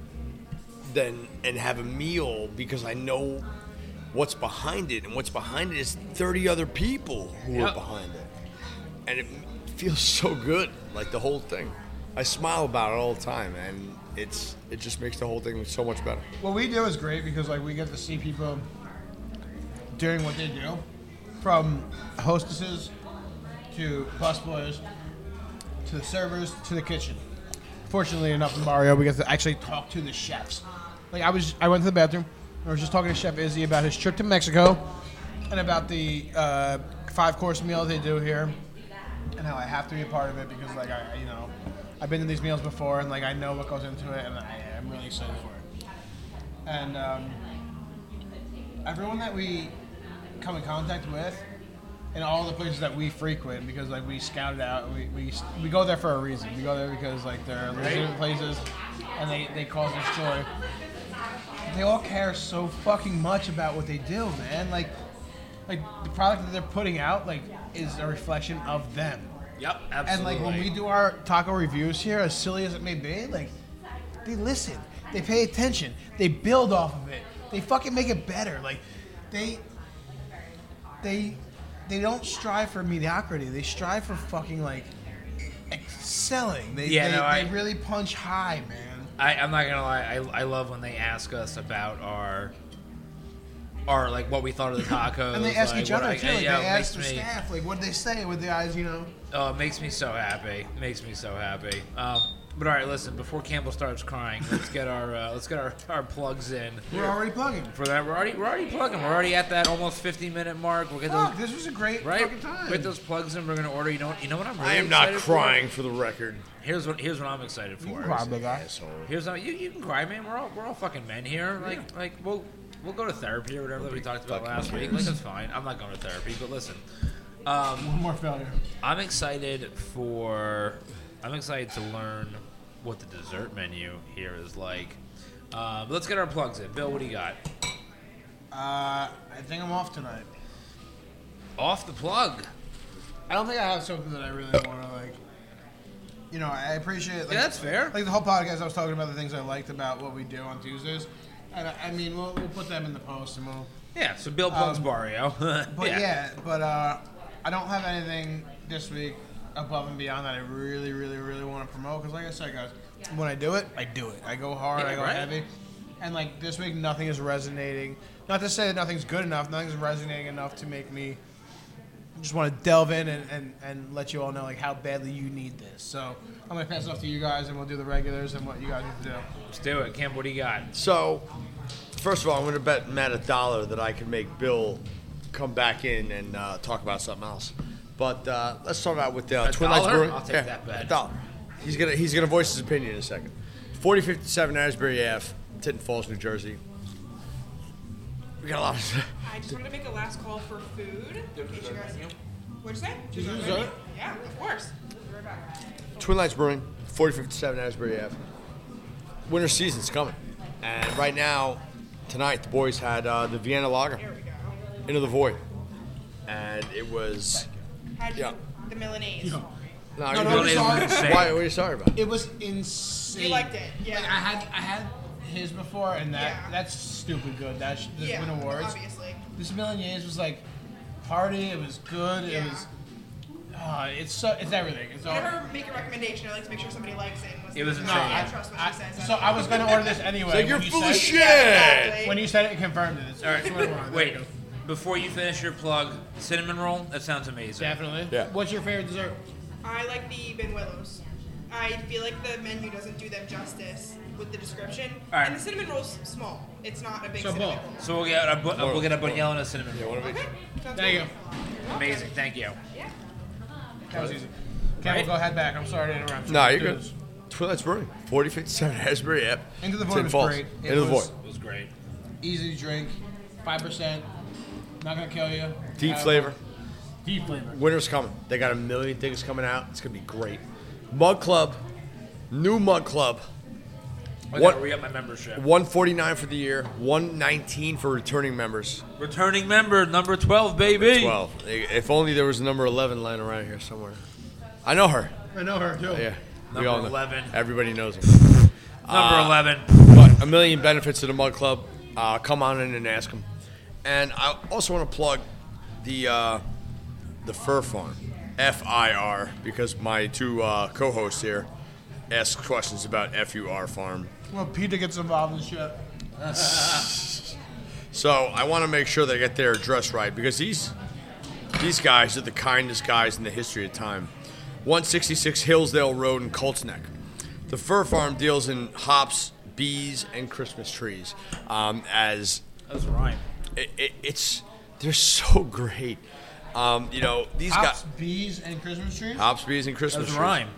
[SPEAKER 3] than and have a meal because I know what's behind it, and what's behind it is 30 other people who
[SPEAKER 2] Yeah.
[SPEAKER 3] are behind it, and it feels so good, like the whole thing. I smile about it all the time, and it's it just makes the whole thing so much better.
[SPEAKER 5] What we do is great because like we get to see people doing what they do, from hostesses to busboys to the servers to the kitchen. Fortunately enough, in Mario, we get to actually talk to the chefs. Like I was, I went to the bathroom. and I was just talking to Chef Izzy about his trip to Mexico and about the uh, five course meal they do here, and how I have to be a part of it because like I, I- you know, I've been to these meals before and like I know what goes into it, and I, I'm really excited for it. And um, everyone that we come in contact with and all the places that we frequent because like we scout it out we, we, we go there for a reason we go there because like they're legitimate places and they, they cause us joy they all care so fucking much about what they do man like like the product that they're putting out like is a reflection of them
[SPEAKER 2] Yep,
[SPEAKER 5] and
[SPEAKER 2] absolutely.
[SPEAKER 5] like when we do our taco reviews here, as silly as it may be, like they listen, they pay attention, they build off of it, they fucking make it better. Like they, they, they don't strive for mediocrity. They strive for fucking like excelling. They
[SPEAKER 2] Yeah,
[SPEAKER 5] they,
[SPEAKER 2] no, I-
[SPEAKER 5] they really punch high, man.
[SPEAKER 2] I, I'm not gonna lie. I, I love when they ask us about our, our like what we thought of the tacos.
[SPEAKER 5] And they ask
[SPEAKER 2] like,
[SPEAKER 5] each
[SPEAKER 2] what
[SPEAKER 5] other
[SPEAKER 2] I-
[SPEAKER 5] too. Like,
[SPEAKER 2] yeah,
[SPEAKER 5] they
[SPEAKER 2] it
[SPEAKER 5] ask the
[SPEAKER 2] makes me,
[SPEAKER 5] staff, like, what would they say with the eyes, you know?
[SPEAKER 2] Oh, it makes me so happy. It makes me so happy. Um, but all right, listen. Before Campbell starts crying, let's get our uh, let's get our, our plugs in
[SPEAKER 5] We're already plugging.
[SPEAKER 2] for that. We're already we're already plugging. We're already at that almost 50 minute mark. We'll get those
[SPEAKER 5] Fuck, this was a great
[SPEAKER 2] right.
[SPEAKER 5] fucking time.
[SPEAKER 2] Get those plugs in. We're gonna order. You know what? You know what I'm. Really
[SPEAKER 3] I am not
[SPEAKER 2] excited for?
[SPEAKER 3] crying for the record.
[SPEAKER 2] Here's what here's what I'm excited for.
[SPEAKER 3] Asshole.
[SPEAKER 2] Here's how you, you can cry, man. We're all we're all fucking men here. Like like we'll we'll go to therapy or whatever that we talked about last week. Like that's fine. I'm not going to therapy, but listen,
[SPEAKER 5] One more failure.
[SPEAKER 2] I'm excited for I'm excited to learn what the dessert menu here is like. Uh, but let's get our plugs in. Bill, what do you got?
[SPEAKER 5] Uh, I think I'm off tonight.
[SPEAKER 2] Off the plug.
[SPEAKER 5] I don't think I have something that I really want to like. You know, I appreciate. Like,
[SPEAKER 2] Yeah, that's fair.
[SPEAKER 5] Like the whole podcast, I was talking about the things I liked about what we do on Tuesdays, and I, I mean, we'll, we'll put them in the post and we'll.
[SPEAKER 2] Yeah. So Bill plugs Barrio.
[SPEAKER 5] Um, But yeah, but uh, I don't have anything this week above and beyond that I really, really, really want to promote because, like I said, guys, when I do it, I do it. I go hard,
[SPEAKER 2] Yeah,
[SPEAKER 5] I go
[SPEAKER 2] right.
[SPEAKER 5] heavy, and like this week, nothing is resonating. Not to say that nothing's good enough, nothing's resonating enough to make me just want to delve in and, and, and let you all know like how badly you need this. So I'm gonna pass it off to you guys, and we'll do the regulars and what you guys need to do.
[SPEAKER 2] Let's do it. Camp, what do you got?
[SPEAKER 3] So, first of all, I'm going to bet Matt a dollar that I can make Bill come back in and uh, talk about something else. But uh, let's start out with uh,
[SPEAKER 2] A
[SPEAKER 3] Twin Lights
[SPEAKER 2] dollar?
[SPEAKER 3] Brewing.
[SPEAKER 2] I'll take that bet.
[SPEAKER 3] a dollar. He's gonna he's gonna voice his opinion in a second. 4057 Asbury Ave, Tinton Falls, New Jersey. We got a lot of.
[SPEAKER 4] I just wanted to make a last call for food. In case you guys. What'd you say? Yeah, of course. We'll be right back.
[SPEAKER 3] Twin Lights Brewing, 4057 Asbury Ave. Winter season's coming. And right now, tonight, the boys had uh, the Vienna Lager
[SPEAKER 4] There we go.
[SPEAKER 3] into the void. And it was.
[SPEAKER 4] How'd you
[SPEAKER 3] Yeah.
[SPEAKER 4] the Milanese?
[SPEAKER 3] No,
[SPEAKER 5] No,
[SPEAKER 3] you
[SPEAKER 5] no,
[SPEAKER 3] don't-
[SPEAKER 5] it's all-
[SPEAKER 3] Why? What are you sorry about?
[SPEAKER 5] It was insane.
[SPEAKER 4] You liked it, yeah.
[SPEAKER 5] Like, I had I had his before, and that
[SPEAKER 4] Yeah.
[SPEAKER 5] that's stupid good. That sh- this
[SPEAKER 4] yeah,
[SPEAKER 5] win awards.
[SPEAKER 4] obviously.
[SPEAKER 5] This Milanese was like hearty. It was good.
[SPEAKER 4] Yeah.
[SPEAKER 5] It was. Uh, it's so it's everything. It's all.
[SPEAKER 4] Whenever I make a recommendation, I like to make sure somebody likes it. and
[SPEAKER 2] It was
[SPEAKER 4] listens.
[SPEAKER 2] insane.
[SPEAKER 4] I trust what she
[SPEAKER 5] I,
[SPEAKER 4] says.
[SPEAKER 5] so I was gonna order this anyway.
[SPEAKER 3] Like you're
[SPEAKER 5] when you
[SPEAKER 3] full
[SPEAKER 5] said,
[SPEAKER 3] of shit.
[SPEAKER 4] Exactly.
[SPEAKER 5] When you said it, it confirmed it. It's,
[SPEAKER 2] All
[SPEAKER 5] it's what I
[SPEAKER 2] right.
[SPEAKER 5] wanted.
[SPEAKER 2] Wait. Before you finish your plug, cinnamon roll. That sounds amazing.
[SPEAKER 5] Definitely.
[SPEAKER 3] Yeah.
[SPEAKER 5] What's your favorite dessert?
[SPEAKER 4] I like the Benuelos. I feel like the menu doesn't do them justice with the description.
[SPEAKER 2] All right.
[SPEAKER 4] And the cinnamon roll's small. It's not a big
[SPEAKER 1] So
[SPEAKER 4] cinnamon
[SPEAKER 1] both.
[SPEAKER 4] roll.
[SPEAKER 2] So we'll get a, bu- we'll get a bunyel and a cinnamon roll.
[SPEAKER 4] Okay. Sounds
[SPEAKER 1] There you go.
[SPEAKER 4] good.
[SPEAKER 2] Amazing. Thank you.
[SPEAKER 4] Yeah.
[SPEAKER 1] That was easy. Campbell,
[SPEAKER 2] Right?
[SPEAKER 1] go head back. I'm sorry to interrupt. you.
[SPEAKER 3] No, you're
[SPEAKER 1] Do
[SPEAKER 3] good.
[SPEAKER 1] this.
[SPEAKER 3] Twilight's Brewing, 4057 Asbury Ave.
[SPEAKER 5] Into the Void
[SPEAKER 3] Tin
[SPEAKER 5] was
[SPEAKER 3] Falls.
[SPEAKER 5] great. It
[SPEAKER 3] Into the
[SPEAKER 5] was-
[SPEAKER 3] Void.
[SPEAKER 2] It was great.
[SPEAKER 5] Easy to drink.
[SPEAKER 1] Five percent. Not gonna kill you.
[SPEAKER 3] Deep
[SPEAKER 1] Uh,
[SPEAKER 3] flavor.
[SPEAKER 1] Deep flavor.
[SPEAKER 3] Winter's coming. They got a million things coming out. It's going to be great. Mug Club, new Mug Club,
[SPEAKER 2] I
[SPEAKER 3] What-
[SPEAKER 2] gotta re up my membership.
[SPEAKER 3] 149 for the year, 119 for returning members.
[SPEAKER 2] Returning member number twelve, baby.
[SPEAKER 3] 12. If only there was a number 11 lying around here somewhere. I know her.
[SPEAKER 1] I know her too.
[SPEAKER 3] Yeah.
[SPEAKER 2] Number 11.
[SPEAKER 3] Everybody knows her.
[SPEAKER 2] Number
[SPEAKER 3] Uh,
[SPEAKER 2] eleven.
[SPEAKER 3] But a million benefits to the Mug Club. Uh, come on in and ask them. And I also want to plug the uh, the Fur Farm, F I R, because my two uh, co-hosts here ask questions about F U R Farm.
[SPEAKER 1] Well, Peter gets involved in shit.
[SPEAKER 3] So I want to make sure they get their address right because these these guys are the kindest guys in the history of time. 166 Hillsdale Road in Colts Neck. The Fur Farm deals in hops, bees, and Christmas trees. Um, as
[SPEAKER 2] That was Ryan.
[SPEAKER 3] it, it, it's they're so great. Um, you know these
[SPEAKER 5] Hops,
[SPEAKER 3] guys
[SPEAKER 5] bees, and Christmas trees.
[SPEAKER 3] hops, bees, and
[SPEAKER 2] That
[SPEAKER 3] Christmas
[SPEAKER 2] was
[SPEAKER 3] trees.
[SPEAKER 2] Rhyme.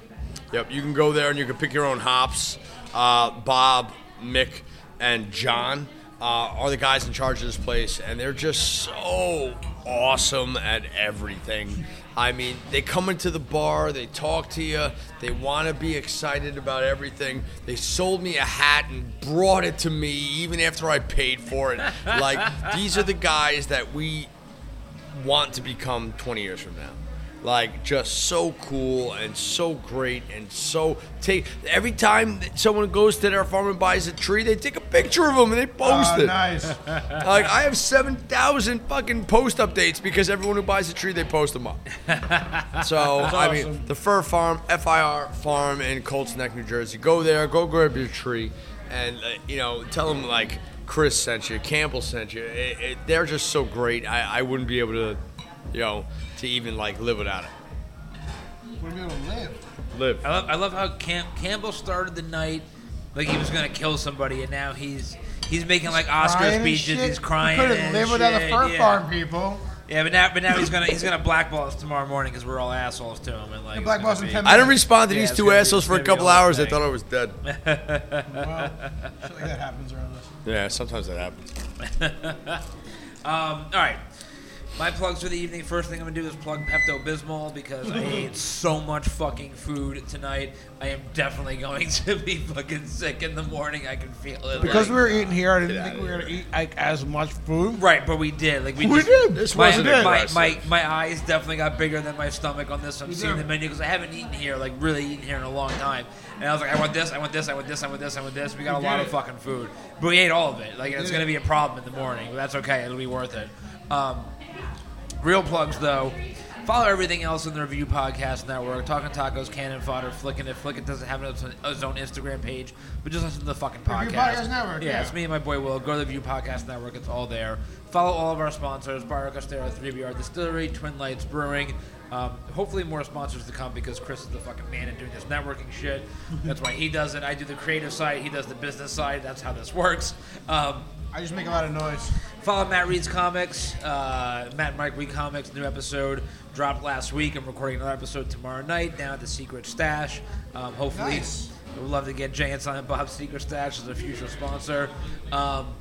[SPEAKER 3] Yep, you can go there and you can pick your own hops. Uh, Bob, Mick, and John uh, are the guys in charge of this place, and they're just so awesome at everything. I mean, they come into the bar, they talk to you, they want to be excited about everything. They sold me a hat and brought it to me even after I paid for it. Like, these are the guys that we want to become 20 years from now. Like just so cool and so great and so take every time that someone goes to their farm and buys a tree, they take a picture of them and they post
[SPEAKER 5] Ah,
[SPEAKER 3] it.
[SPEAKER 5] nice.
[SPEAKER 3] Like I have 7,000 fucking post updates because everyone who buys a tree, they post them up. so I mean, the Fur Farm, FIR Farm in Colts Neck, New Jersey. Go there, go grab your tree, and uh, you know, tell them like Chris sent you, Campbell sent you. It, it, they're just so great. I, I wouldn't be able to, you know, to even like live without it.
[SPEAKER 5] We're gonna live.
[SPEAKER 3] Live.
[SPEAKER 2] I love, I love how Cam, Campbell started the night like he was gonna kill somebody, and now he's he's making like Oscar
[SPEAKER 5] Crying and
[SPEAKER 2] speeches.
[SPEAKER 5] shit.
[SPEAKER 2] He's crying.
[SPEAKER 5] You couldn't
[SPEAKER 2] and
[SPEAKER 5] live without
[SPEAKER 2] shit,
[SPEAKER 5] the fur
[SPEAKER 2] yeah.
[SPEAKER 5] farm people.
[SPEAKER 2] Yeah, but now but now he's gonna he's gonna blackball us tomorrow morning because we're all assholes to him and like it's
[SPEAKER 5] blackball us
[SPEAKER 2] gonna
[SPEAKER 5] in
[SPEAKER 2] be-
[SPEAKER 5] ten
[SPEAKER 3] I didn't respond to
[SPEAKER 2] Yeah,
[SPEAKER 3] these
[SPEAKER 2] it's
[SPEAKER 3] two
[SPEAKER 2] gonna be-
[SPEAKER 3] assholes
[SPEAKER 2] it's
[SPEAKER 3] for a
[SPEAKER 2] gonna be a
[SPEAKER 3] couple
[SPEAKER 2] whole
[SPEAKER 3] hours. They
[SPEAKER 2] thing.
[SPEAKER 3] thought I was dead.
[SPEAKER 5] Well, shit like that happens around us.
[SPEAKER 3] yeah, sometimes that happens.
[SPEAKER 2] Um, all right. My plugs for the evening. First thing I'm gonna do is plug Pepto Bismol because I ate so much fucking food tonight. I am definitely going to be fucking sick in the morning. I can feel it.
[SPEAKER 1] Because we
[SPEAKER 2] like-
[SPEAKER 1] were eating here, I didn't
[SPEAKER 3] Get
[SPEAKER 1] think
[SPEAKER 3] outta
[SPEAKER 1] we were gonna eat like as much food.
[SPEAKER 2] right, but we did. Like we,
[SPEAKER 1] We
[SPEAKER 2] just-
[SPEAKER 1] did.
[SPEAKER 3] This
[SPEAKER 2] My,
[SPEAKER 3] wasn't
[SPEAKER 2] my,
[SPEAKER 3] aggressive.
[SPEAKER 2] my, my eyes definitely got bigger than my stomach on this. I'm seeing
[SPEAKER 1] did.
[SPEAKER 2] the menu because I haven't eaten here, like really eaten here in a long time. And I was like, I want this, I want this, I want this, I want this, I want this. We got a lot of
[SPEAKER 1] did.
[SPEAKER 2] fucking food, but we ate all of it. Like it's gonna be a problem in the morning, but that's okay. It'll be worth it. Um, Real plugs though. Follow everything else in the Review Podcast Network. Talking Tacos, Cannon Fodder, Flickin' It. Flickin' doesn't have its own- its own Instagram page, but just listen to the fucking podcast.
[SPEAKER 5] Review Podcast Network,
[SPEAKER 2] Yeah,
[SPEAKER 5] yeah.
[SPEAKER 2] it's me and my boy Will. Go to the Review Podcast Network. It's all there. Follow all of our sponsors: Barrio Costero, 3BR Distillery, Twin Lights Brewing. Um, hopefully, more sponsors to come because Chris is the fucking man at doing this networking shit. That's why he does it. I do the creative side. He does the business side. That's how this works. Um,
[SPEAKER 5] I just make a lot of noise.
[SPEAKER 2] Follow Matt Reed's comics, uh, Matt and Mike Reed comics. New episode dropped last week. I'm recording another episode tomorrow night down at the Secret Stash. Um, hopefully,
[SPEAKER 5] Nice.
[SPEAKER 2] we'd love to get Jay and Silent Bob's Secret Stash as a future sponsor. Um,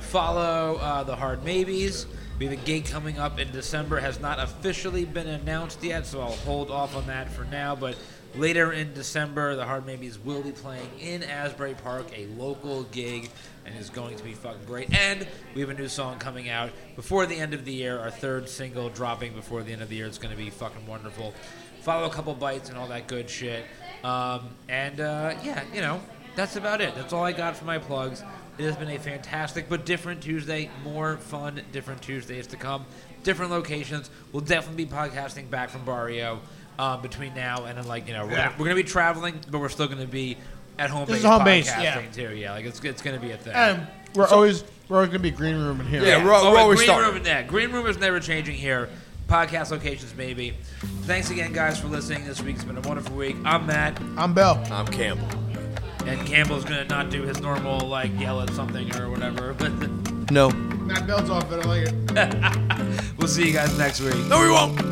[SPEAKER 2] follow uh, the Hard Maybes. We have a gig coming up in December. Has not officially been announced yet, so I'll hold off on that for now. But later in December, the Hard Maybes will be playing in Asbury Park, a local gig, and is going to be fucking great. And we have a new song coming out before the end of the year. Our third single dropping before the end of the year. It's going to be fucking wonderful. Follow a couple bites and all that good shit. Um, and uh, yeah, you know, that's about it. That's all I got for my plugs. It has been a fantastic but different Tuesday. More fun, different Tuesdays to come. Different locations. We'll definitely be podcasting back from Barrio um, between now and then, like you know, we're, gonna, we're gonna be traveling, but we're still gonna be at home.
[SPEAKER 1] This is
[SPEAKER 2] base
[SPEAKER 1] home base,
[SPEAKER 2] podcasting
[SPEAKER 1] yeah.
[SPEAKER 2] too. Yeah, like it's it's gonna be a thing.
[SPEAKER 1] And we're always we're always gonna be green room in here.
[SPEAKER 3] Yeah, we're-
[SPEAKER 2] Oh,
[SPEAKER 3] we're
[SPEAKER 2] wait,
[SPEAKER 3] always
[SPEAKER 2] green
[SPEAKER 3] starting.
[SPEAKER 2] room. Yeah, green room is never changing here. Podcast locations, maybe. Thanks again, guys, for listening this week. It's been a wonderful week. I'm Matt.
[SPEAKER 1] I'm Bill.
[SPEAKER 3] I'm Campbell.
[SPEAKER 2] and Campbell's gonna not do his normal like yell at something or whatever. But
[SPEAKER 3] No.
[SPEAKER 5] Matt Bell's off, but I like it.
[SPEAKER 2] we'll see you guys next week.
[SPEAKER 3] No, we won't.